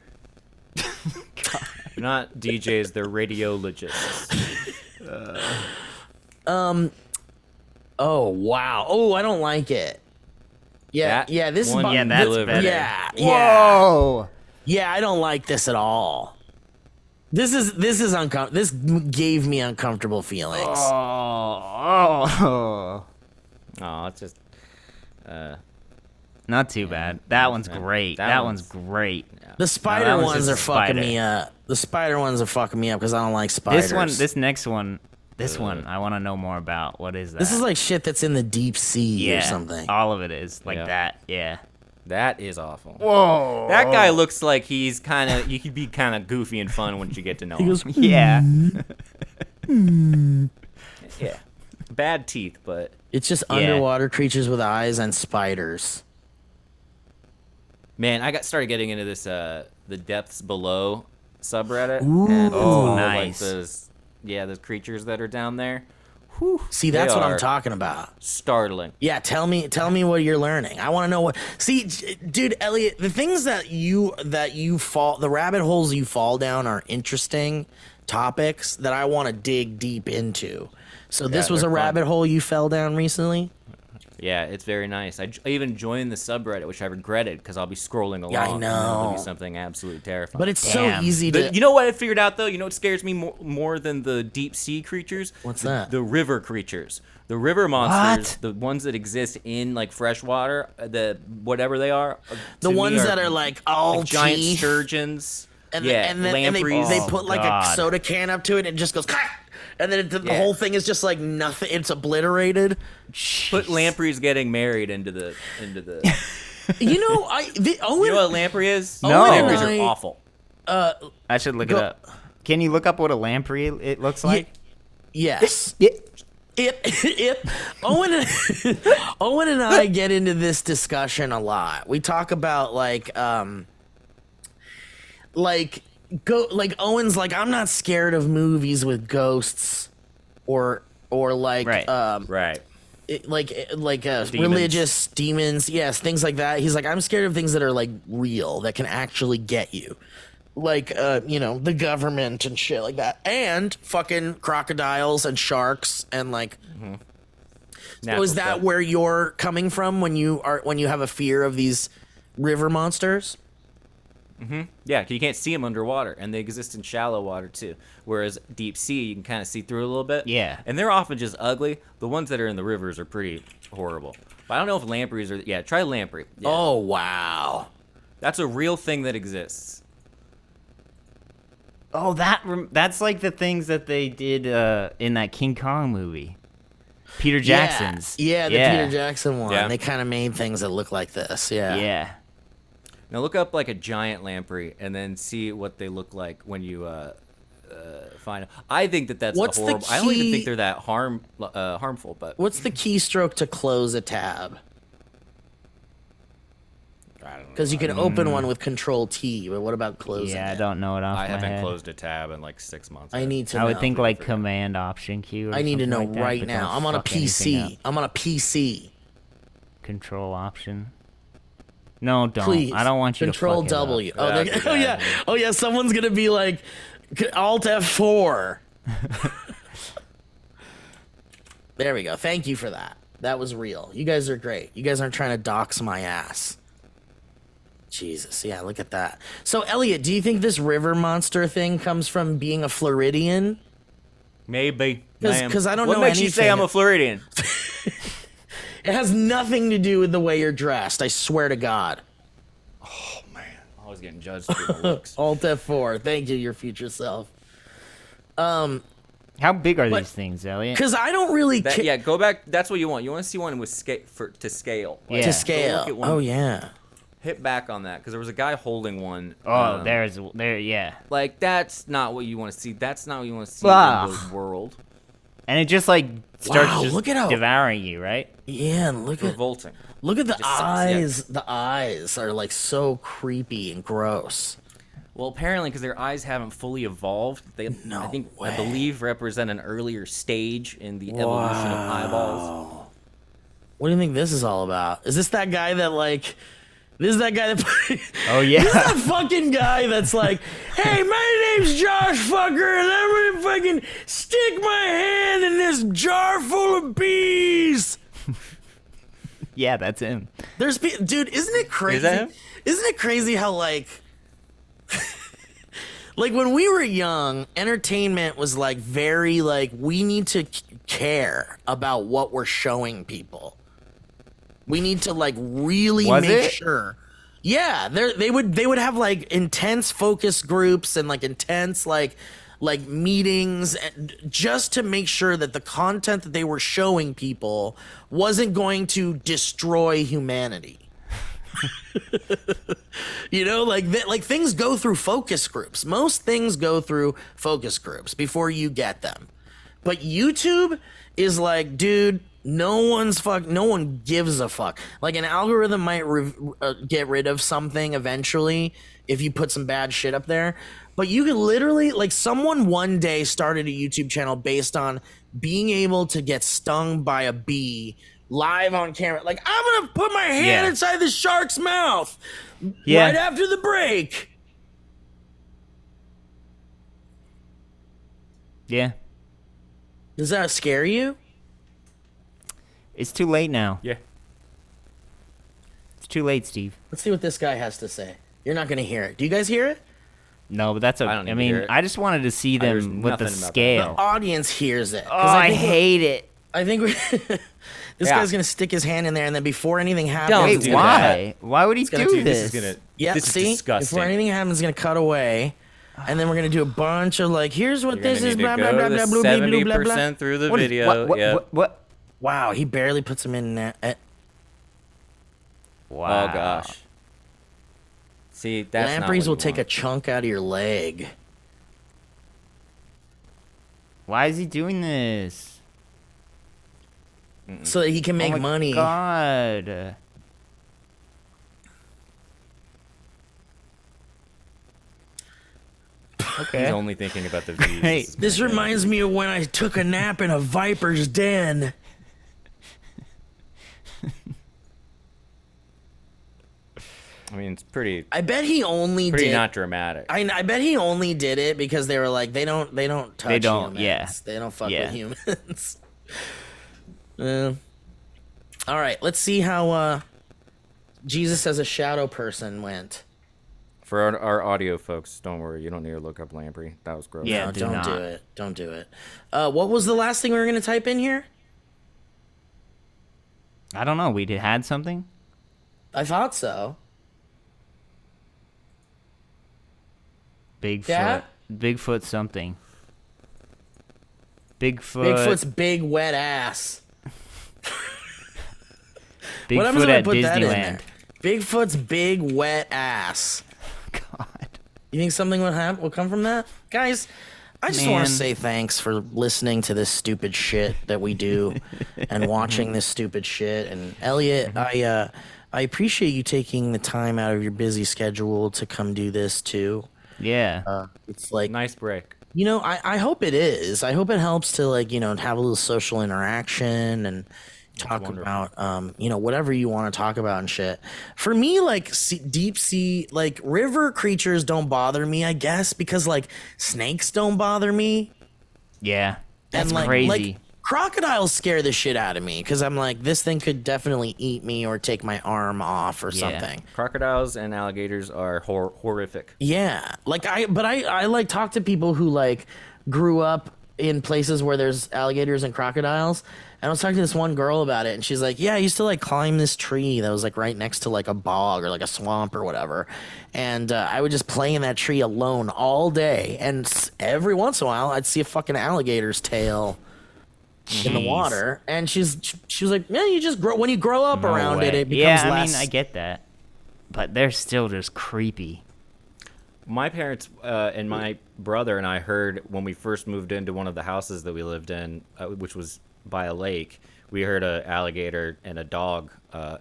Speaker 6: They're not DJs, they're radiologists.
Speaker 3: Oh wow! Oh, I don't like it. Yeah,
Speaker 6: That
Speaker 3: yeah. This is
Speaker 6: one
Speaker 3: bu-
Speaker 5: Yeah, that's
Speaker 6: delivered.
Speaker 5: better.
Speaker 3: yeah, yeah,
Speaker 5: Whoa.
Speaker 3: yeah. I don't like this at all. This is this is uncomfortable. This m- gave me uncomfortable feelings.
Speaker 5: Oh, oh.
Speaker 6: Oh, it's just. Uh,
Speaker 5: Not too bad. That one's great.
Speaker 6: That
Speaker 5: That, one's, great.
Speaker 3: the spider
Speaker 5: No, that was
Speaker 3: ones
Speaker 5: just
Speaker 3: are
Speaker 5: a spider.
Speaker 3: fucking me up. The spider ones are fucking me up because I don't like spiders.
Speaker 5: This one, this next one, this one, I want to know more about. What is that?
Speaker 3: This is like shit that's in the deep sea
Speaker 5: yeah,
Speaker 3: or something.
Speaker 6: Uh,
Speaker 5: All of it is like
Speaker 6: Yeah.
Speaker 5: that. Yeah.
Speaker 6: that is awful.
Speaker 5: Whoa.
Speaker 6: That
Speaker 3: Oh.
Speaker 6: guy looks like he's kind of. You could be kind of goofy and fun once you get to know him.
Speaker 5: Yeah.
Speaker 6: yeah. Bad teeth, but
Speaker 3: It's just
Speaker 5: Yeah.
Speaker 3: underwater creatures with eyes and spiders.
Speaker 6: man, I got started getting into this uh the depths below subreddit. and it's all,
Speaker 3: Oh.
Speaker 6: like,
Speaker 5: nice.
Speaker 6: those- yeah, those creatures that are down there,
Speaker 3: See,
Speaker 6: They
Speaker 3: that's what
Speaker 6: are-
Speaker 3: I'm talking about.
Speaker 6: startling.
Speaker 3: Yeah, tell me, tell me what you're learning. I want to know what. See, j- dude, Elliot, the things that you that you fall, the rabbit holes you fall down are interesting topics that I want to dig deep into. So this was a
Speaker 6: they're fun.
Speaker 3: rabbit hole you fell down recently.
Speaker 6: Yeah, it's very nice. I, j- I even joined the subreddit, which I regretted because I'll be scrolling along.
Speaker 3: Yeah, I
Speaker 6: and it'll be
Speaker 3: know.
Speaker 6: something absolutely terrifying.
Speaker 3: But it's
Speaker 5: Damn.
Speaker 3: so easy to.
Speaker 6: The- you know what I figured out though? You know what scares me more, more than the deep sea creatures?
Speaker 3: What's
Speaker 6: The-
Speaker 3: that?
Speaker 6: The river creatures. The river monsters, the ones that exist in like freshwater, uh, the whatever they are. uh,
Speaker 3: the
Speaker 6: to me
Speaker 3: ones that are like all
Speaker 6: giant
Speaker 3: teeth.
Speaker 6: sturgeons.
Speaker 3: and
Speaker 6: yeah,
Speaker 3: then, and then and they,
Speaker 6: lampreys.
Speaker 3: they put like
Speaker 5: God.
Speaker 3: a soda can up to it and it just goes and then it, the
Speaker 6: Yeah.
Speaker 3: whole thing is just like nothing it's obliterated
Speaker 6: put lampreys getting married into the into the.
Speaker 3: you know i the, owen
Speaker 6: you know what a lamprey is?
Speaker 5: No.
Speaker 6: lampreys
Speaker 3: I-
Speaker 6: are awful.
Speaker 5: I should look
Speaker 3: Go-
Speaker 5: it up. Can you look up what a lamprey it looks like?
Speaker 3: yes Ip, ip. Owen, and, Owen and I get into this discussion a lot. We talk about like, um, like go like Owen's like I'm not scared of movies with ghosts, or or like
Speaker 5: Right.
Speaker 3: um
Speaker 6: Right.
Speaker 3: it- like like uh,
Speaker 6: Demons.
Speaker 3: religious demons, yes, things like that. He's like, I'm scared of things that are like real that can actually get you, like uh, you know, the government and shit like that, and fucking crocodiles and sharks and like.
Speaker 6: Natural
Speaker 3: was Oh, that
Speaker 6: stuff.
Speaker 3: where you're coming from when you are when you have a fear of these river monsters?
Speaker 6: Yeah, 'cause you can't see them underwater, and they exist in shallow water too. Whereas deep sea, you can kind of see through a little bit.
Speaker 5: Yeah.
Speaker 6: and they're often just ugly. The ones that are in the rivers are pretty horrible. But I don't know if lampreys are. Yeah, try lamprey. Yeah,
Speaker 3: Oh wow.
Speaker 6: that's a real thing that exists.
Speaker 5: Oh, that rem- that's like the things that they did uh, in that King Kong movie. Peter
Speaker 3: Yeah.
Speaker 5: Jackson's.
Speaker 3: Yeah, the Peter Jackson one.
Speaker 6: Yeah.
Speaker 3: They kind of made things that look like this. Yeah.
Speaker 5: Yeah.
Speaker 6: Now look up like a giant lamprey, and then see what they look like when you uh, uh, find. I think that that's a
Speaker 3: What's the
Speaker 6: horrible. I don't even think
Speaker 3: key-
Speaker 6: they're that harm uh, harmful, but
Speaker 3: What's the keystroke to close a tab? Because you can open one with Control T, but what about closing?
Speaker 5: Yeah, I
Speaker 3: it?
Speaker 5: don't know it off
Speaker 6: I
Speaker 5: my
Speaker 6: haven't
Speaker 5: head.
Speaker 6: closed a tab in like six months.
Speaker 3: I need to.
Speaker 5: I would
Speaker 3: know.
Speaker 5: think like Command Option Q. Or
Speaker 3: I need to
Speaker 5: something
Speaker 3: know
Speaker 5: like that,
Speaker 3: right
Speaker 5: but
Speaker 3: now.
Speaker 5: don't
Speaker 3: I'm on a
Speaker 5: fuck anything
Speaker 3: PC.
Speaker 5: up.
Speaker 3: I'm on a PC.
Speaker 5: Control Option. No, don't.
Speaker 3: Please.
Speaker 5: Oh, I don't want you
Speaker 3: Control
Speaker 5: to fuck
Speaker 3: W.
Speaker 5: It up.
Speaker 3: Oh, they're- oh yeah. Oh yeah. Someone's gonna be like "C- Alt F4. there we go. Thank you for that. That was real. You guys are great. You guys aren't trying to dox my ass. Jesus. Yeah. Look at that. So Elliot, do you think this river monster thing comes from being a Floridian?
Speaker 6: Maybe.
Speaker 3: 'Cause-
Speaker 6: am.
Speaker 3: 'cause I don't
Speaker 6: what
Speaker 3: know
Speaker 6: makes you say I'm
Speaker 3: anything.
Speaker 6: a Floridian?
Speaker 3: It has nothing to do with the way you're dressed. I swear to God.
Speaker 6: Man, I'm always getting judged for my looks.
Speaker 3: Alt F4. Thank you, your future self.
Speaker 5: How big are these things, Elliot?
Speaker 3: Because I don't really
Speaker 6: That-
Speaker 3: care
Speaker 6: yeah, go back. That's what you want. You want to see one with scale for to scale. Like,
Speaker 5: Yeah.
Speaker 3: to
Speaker 6: Go
Speaker 3: scale.
Speaker 6: look at one.
Speaker 3: Oh yeah.
Speaker 6: Hit back on that because there was a guy holding one.
Speaker 5: Oh,
Speaker 6: um,
Speaker 5: there's there. Yeah,
Speaker 6: Like that's not what you want to see. That's not what you want to see in
Speaker 5: Ugh.
Speaker 6: the world.
Speaker 5: and it just like starts
Speaker 3: Wow,
Speaker 5: just
Speaker 3: look at how-
Speaker 5: devouring you, right?
Speaker 3: Yeah, and look at
Speaker 6: Revolting.
Speaker 3: look at the
Speaker 6: sucks, yeah.
Speaker 3: eyes. The eyes are like so creepy and gross.
Speaker 6: Well, apparently, because their eyes haven't fully evolved, they I
Speaker 3: No
Speaker 6: think
Speaker 3: way.
Speaker 6: I believe represent an earlier stage in the evolution of eyeballs.
Speaker 3: What do you think this is all about? Is this that guy that like? This is that guy that.
Speaker 5: Oh yeah.
Speaker 3: This is that fucking guy that's like, hey, my name's Josh Fucker, and I'm gonna fucking stick my hand in this jar full of bees.
Speaker 5: yeah, that's him.
Speaker 3: There's pe- dude, isn't it crazy?
Speaker 6: that him?
Speaker 3: Isn't it crazy how like like when we were young, entertainment was like very like we need to c- care about what we're showing people. We need to like really
Speaker 5: Was
Speaker 3: make
Speaker 5: it?
Speaker 3: sure. Yeah, they they would they would have like intense focus groups and like intense like like meetings and just to make sure that the content that they were showing people wasn't going to destroy humanity. You know, like th- like things go through focus groups. Most things go through focus groups before you get them. But YouTube is like, dude, no one's fuck, no one gives a fuck. Like an algorithm might re- uh, get rid of something eventually if you put some bad shit up there. But you could literally like someone one day started a YouTube channel based on being able to get stung by a bee live on camera. Like I'm gonna put my hand
Speaker 5: Yeah.
Speaker 3: inside the shark's mouth
Speaker 5: Yeah.
Speaker 3: right after the break.
Speaker 5: Yeah.
Speaker 3: Does that scare you?
Speaker 5: It's too late now.
Speaker 6: Yeah.
Speaker 5: It's too late, Steve.
Speaker 3: Let's see what this guy has to say. You're not gonna hear it. Do you guys hear it?
Speaker 5: No, but that's okay.
Speaker 6: I
Speaker 5: I,
Speaker 6: don't need to hear
Speaker 5: mean,
Speaker 6: it. Uh,
Speaker 5: I just wanted to see
Speaker 6: there's
Speaker 5: them with
Speaker 6: nothing
Speaker 5: the
Speaker 6: about that.
Speaker 5: scale. Oh,
Speaker 3: Audience hears it. 'Cause
Speaker 5: I,
Speaker 3: think we're-
Speaker 5: hate it.
Speaker 3: I think we this
Speaker 6: Yeah.
Speaker 3: guy's gonna stick his hand in there, and then before anything
Speaker 6: Don't
Speaker 3: happens,
Speaker 5: Wait,
Speaker 6: do
Speaker 3: yeah,
Speaker 5: why? Why would he
Speaker 3: gonna
Speaker 5: do
Speaker 3: do-
Speaker 5: this?
Speaker 6: This is gonna.
Speaker 3: yeah,
Speaker 6: this
Speaker 3: see,
Speaker 6: is disgusting.
Speaker 3: before anything happens, it's gonna cut away, and then we're gonna do a bunch of like, here's what
Speaker 6: You're
Speaker 3: this
Speaker 6: gonna
Speaker 3: is,
Speaker 6: need
Speaker 3: blah
Speaker 6: to
Speaker 3: blah
Speaker 6: go
Speaker 3: blah blah
Speaker 6: to
Speaker 3: blah blah blah blah.
Speaker 6: 70% through the
Speaker 5: What is-
Speaker 6: video.
Speaker 5: what, what,
Speaker 6: yeah.
Speaker 5: what, what?
Speaker 3: Wow, he barely puts him in that. eh,
Speaker 5: Wow.
Speaker 6: Oh gosh. See, that's not
Speaker 3: Lampreys
Speaker 6: what
Speaker 3: will
Speaker 6: you
Speaker 3: take a
Speaker 6: want.
Speaker 3: chunk out of your leg.
Speaker 5: Why is he doing this?
Speaker 3: So that he can make
Speaker 5: oh my
Speaker 3: money.
Speaker 5: God. Okay.
Speaker 6: He's only thinking about the views.
Speaker 5: Hey,
Speaker 6: is
Speaker 3: This
Speaker 6: gonna get-
Speaker 3: reminds me of when I took a nap in a viper's den.
Speaker 6: I mean, it's pretty,
Speaker 3: I bet he only
Speaker 6: pretty
Speaker 3: did.
Speaker 6: not dramatic.
Speaker 3: I, I bet he only did it because they were like they don't they don't touch
Speaker 5: don't,
Speaker 3: humans.
Speaker 5: yeah.
Speaker 3: They don't fuck
Speaker 5: Yeah.
Speaker 3: with humans. Uh, all right, let's see how uh, Jesus as a shadow person went.
Speaker 6: For our, our audio folks, don't worry, you don't need to look up Lamprey. That was gross.
Speaker 5: Yeah.
Speaker 3: No,
Speaker 5: do
Speaker 3: don't
Speaker 5: not.
Speaker 3: do it. Don't do it. Uh, what was the last thing we were gonna type in here?
Speaker 5: I don't know. We did had something.
Speaker 3: I thought so.
Speaker 5: Bigfoot.
Speaker 3: Yeah?
Speaker 5: Bigfoot something. Bigfoot.
Speaker 3: Bigfoot's big wet ass.
Speaker 5: Bigfoot
Speaker 3: what happens if I
Speaker 5: at
Speaker 3: put that in
Speaker 5: Disneyland.
Speaker 3: there? Bigfoot's big wet ass.
Speaker 5: God.
Speaker 3: You think something would happen? Will come from that, guys? I just want to
Speaker 5: Man.
Speaker 3: say thanks for listening to this stupid shit that we do, and watching this stupid shit. And Elliot, I uh, I appreciate you taking the time out of your busy schedule to come do this too.
Speaker 5: Yeah.
Speaker 3: Uh, it's like
Speaker 6: Nice break.
Speaker 3: you know, I, I hope it is. I hope it helps to like, you know, have a little social interaction and talk about, um, you know, whatever you want to talk about and shit. For me, like sea, deep sea, like river creatures don't bother me, I guess, because like snakes don't bother me.
Speaker 5: yeah. That's
Speaker 3: and like,
Speaker 5: crazy.
Speaker 3: like crocodiles scare the shit out of me because I'm like, this thing could definitely eat me or take my arm off or
Speaker 5: Yeah.
Speaker 3: something.
Speaker 6: Crocodiles and alligators are hor- horrific.
Speaker 3: Yeah. Like I but I I like talk to people who like grew up in places where there's alligators and crocodiles. And I was talking to this one girl about it and she's like, "Yeah, I used to like climb this tree that was like right next to like a bog or like a swamp or whatever." And uh, I would just play in that tree alone all day and s- every once in a while I'd see a fucking alligator's tail in the
Speaker 5: Jeez.
Speaker 3: water. And she's she was like, "Yeah, you just grow when you grow up
Speaker 5: No
Speaker 3: around it
Speaker 5: way.
Speaker 3: it
Speaker 5: yeah,
Speaker 3: becomes
Speaker 5: I
Speaker 3: less
Speaker 5: mean, I get that. But they're still just creepy.
Speaker 6: My parents uh, and my brother and I heard when we first moved into one of the houses that we lived in, uh, which was by a lake. We heard a alligator and a dog, uh,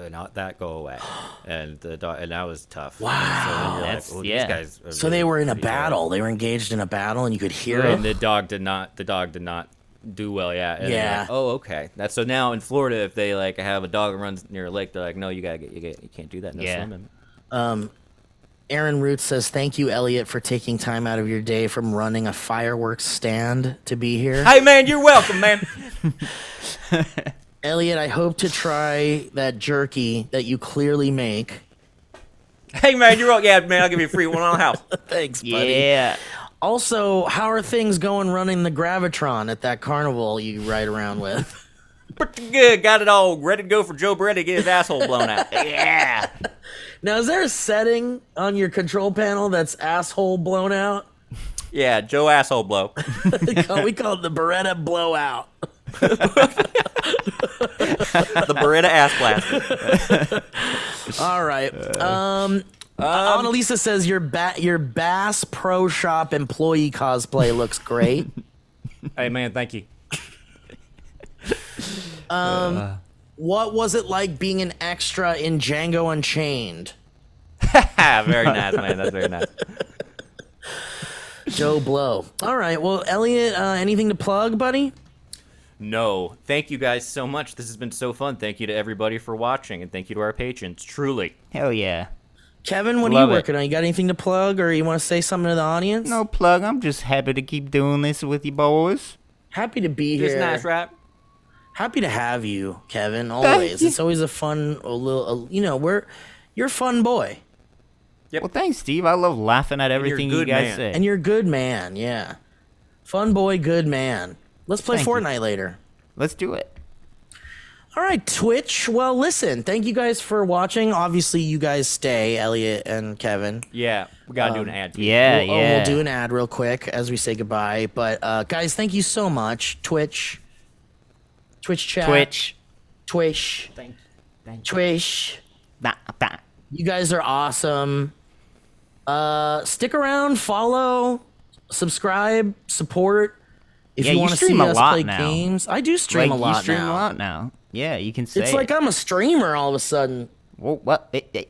Speaker 6: uh, not that go away, and the dog, and that was tough. Wow,
Speaker 5: That's- yeah.
Speaker 3: So they were in a battle. They were engaged in a battle, and you could hear it.
Speaker 6: and the dog did not. The dog did not do well. Yeah, and they're
Speaker 3: Yeah.
Speaker 6: like, oh, okay. That's so now in Florida, if they like have a dog that runs near a lake, they're like, no, you gotta get, you get, you can't do that. No
Speaker 5: Yeah.
Speaker 6: swimming.
Speaker 3: Aaron Root says, "Thank you, Elliot, for taking time out of your day from running a fireworks stand to be here."
Speaker 6: Hey man, you're welcome, man.
Speaker 3: Elliot, I hope to try that jerky that you clearly make.
Speaker 6: hey man, you're welcome. Yeah, man, I'll give you a free one on the house.
Speaker 3: Thanks, buddy.
Speaker 5: Yeah.
Speaker 3: Also, how are things going running the gravitron at that carnival you ride around with?
Speaker 6: Pretty good. Got it all ready to go for Joe Brady to get his asshole blown out.
Speaker 5: Yeah.
Speaker 3: now, is there a setting on your control panel that's asshole blown out? Oh,
Speaker 6: Yeah, Joe asshole blow.
Speaker 3: we call it the Beretta blowout.
Speaker 6: The Beretta ass blast.
Speaker 3: All right. Um, Annalisa says your ba- your Bass Pro Shop employee cosplay looks great.
Speaker 6: Hey man, thank you.
Speaker 3: what was it like being an extra in Django Unchained?
Speaker 6: Ah, very nice, man. That's very nice.
Speaker 3: Joe Blow. All right. Well, Elliot, uh, anything to plug, buddy?
Speaker 6: No, thank you guys so much. This has been so fun. Thank you to everybody for watching, and thank you to our patrons. Truly.
Speaker 5: Hell yeah.
Speaker 3: Kevin, what
Speaker 5: Love
Speaker 3: are
Speaker 5: it.
Speaker 3: you working on? You got anything to plug, or you want to say something to the audience?
Speaker 5: No plug. I'm just happy to keep doing this with you boys.
Speaker 3: Happy to be
Speaker 6: Just
Speaker 3: here.
Speaker 6: nice, right?
Speaker 3: Happy to have you, Kevin. Always.
Speaker 5: you.
Speaker 3: It's always a fun a little. A, you know, we're you're a fun boy,
Speaker 5: Well, thanks, Steve. I love laughing at
Speaker 6: you're a
Speaker 5: everything you
Speaker 6: good
Speaker 5: guys
Speaker 6: man.
Speaker 5: say.
Speaker 3: and you're a good man. Yeah, fun boy, good man. Let's play
Speaker 5: Thank you.
Speaker 3: Fortnite later.
Speaker 5: Let's do it.
Speaker 3: All right, Twitch. Well, listen, thank you guys for watching. Obviously, you guys stay, Elliot and Kevin.
Speaker 6: Yeah, we gotta do an ad.
Speaker 5: Yeah,
Speaker 3: we'll, oh,
Speaker 5: Uh, yeah.
Speaker 3: we'll do an ad real quick as we say goodbye. But uh, guys, thank you so much. Twitch, Twitch chat,
Speaker 5: Twitch.
Speaker 3: Twitch,
Speaker 5: Thank you.
Speaker 3: Twitch.
Speaker 5: Nah, nah.
Speaker 3: You guys are awesome. Uh, stick around, follow, subscribe, support. If
Speaker 5: Yeah,
Speaker 3: you
Speaker 5: you
Speaker 3: want to
Speaker 5: stream
Speaker 3: see
Speaker 5: a
Speaker 3: us
Speaker 5: lot
Speaker 3: play
Speaker 5: now.
Speaker 3: games, I do stream
Speaker 5: Like,
Speaker 3: a lot
Speaker 5: you stream
Speaker 3: now.
Speaker 5: a lot now. Yeah, you can say
Speaker 3: It's like
Speaker 5: it.
Speaker 3: I'm a streamer all of a sudden.
Speaker 5: Whoa, what? Eh, eh.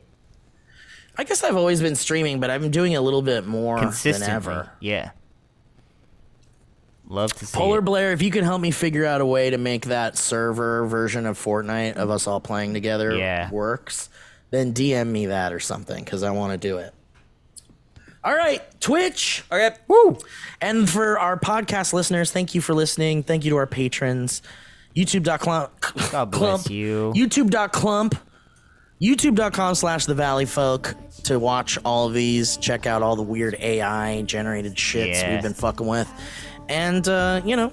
Speaker 3: I guess I've always been streaming, but I've been doing it a little bit more than
Speaker 5: Consistently.
Speaker 3: ever.
Speaker 5: Yeah. Love to see
Speaker 3: Polar
Speaker 5: it.
Speaker 3: Blair, if you could help me figure out a way to make that server version of Fortnite of us all playing together
Speaker 5: Yeah.
Speaker 3: works, then DM me that or something because I want to do it. All right, Twitch.
Speaker 6: Okay.
Speaker 5: Woo!
Speaker 3: And for our podcast listeners, thank you for listening. Thank you to our patrons. YouTube.clump.
Speaker 5: God bless you.
Speaker 3: YouTube.clump. YouTube.com slash the Valley Folk to watch all of these. Check out all the weird AI generated shits
Speaker 5: Yeah.
Speaker 3: we've been fucking with. And, uh, you know,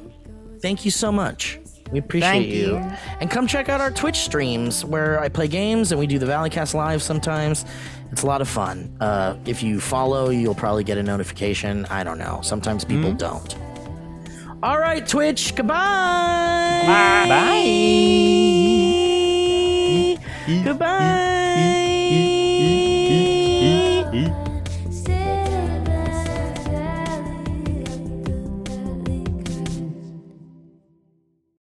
Speaker 3: thank you so much. We appreciate
Speaker 5: Thank
Speaker 3: you.
Speaker 5: you.
Speaker 3: And come check out our Twitch streams where I play games and we do the Valleycast live sometimes. It's a lot of fun. Uh, if you follow, you'll probably get a notification. I don't know. Sometimes people don't. All right, Twitch. Goodbye.
Speaker 5: Bye.
Speaker 3: Goodbye.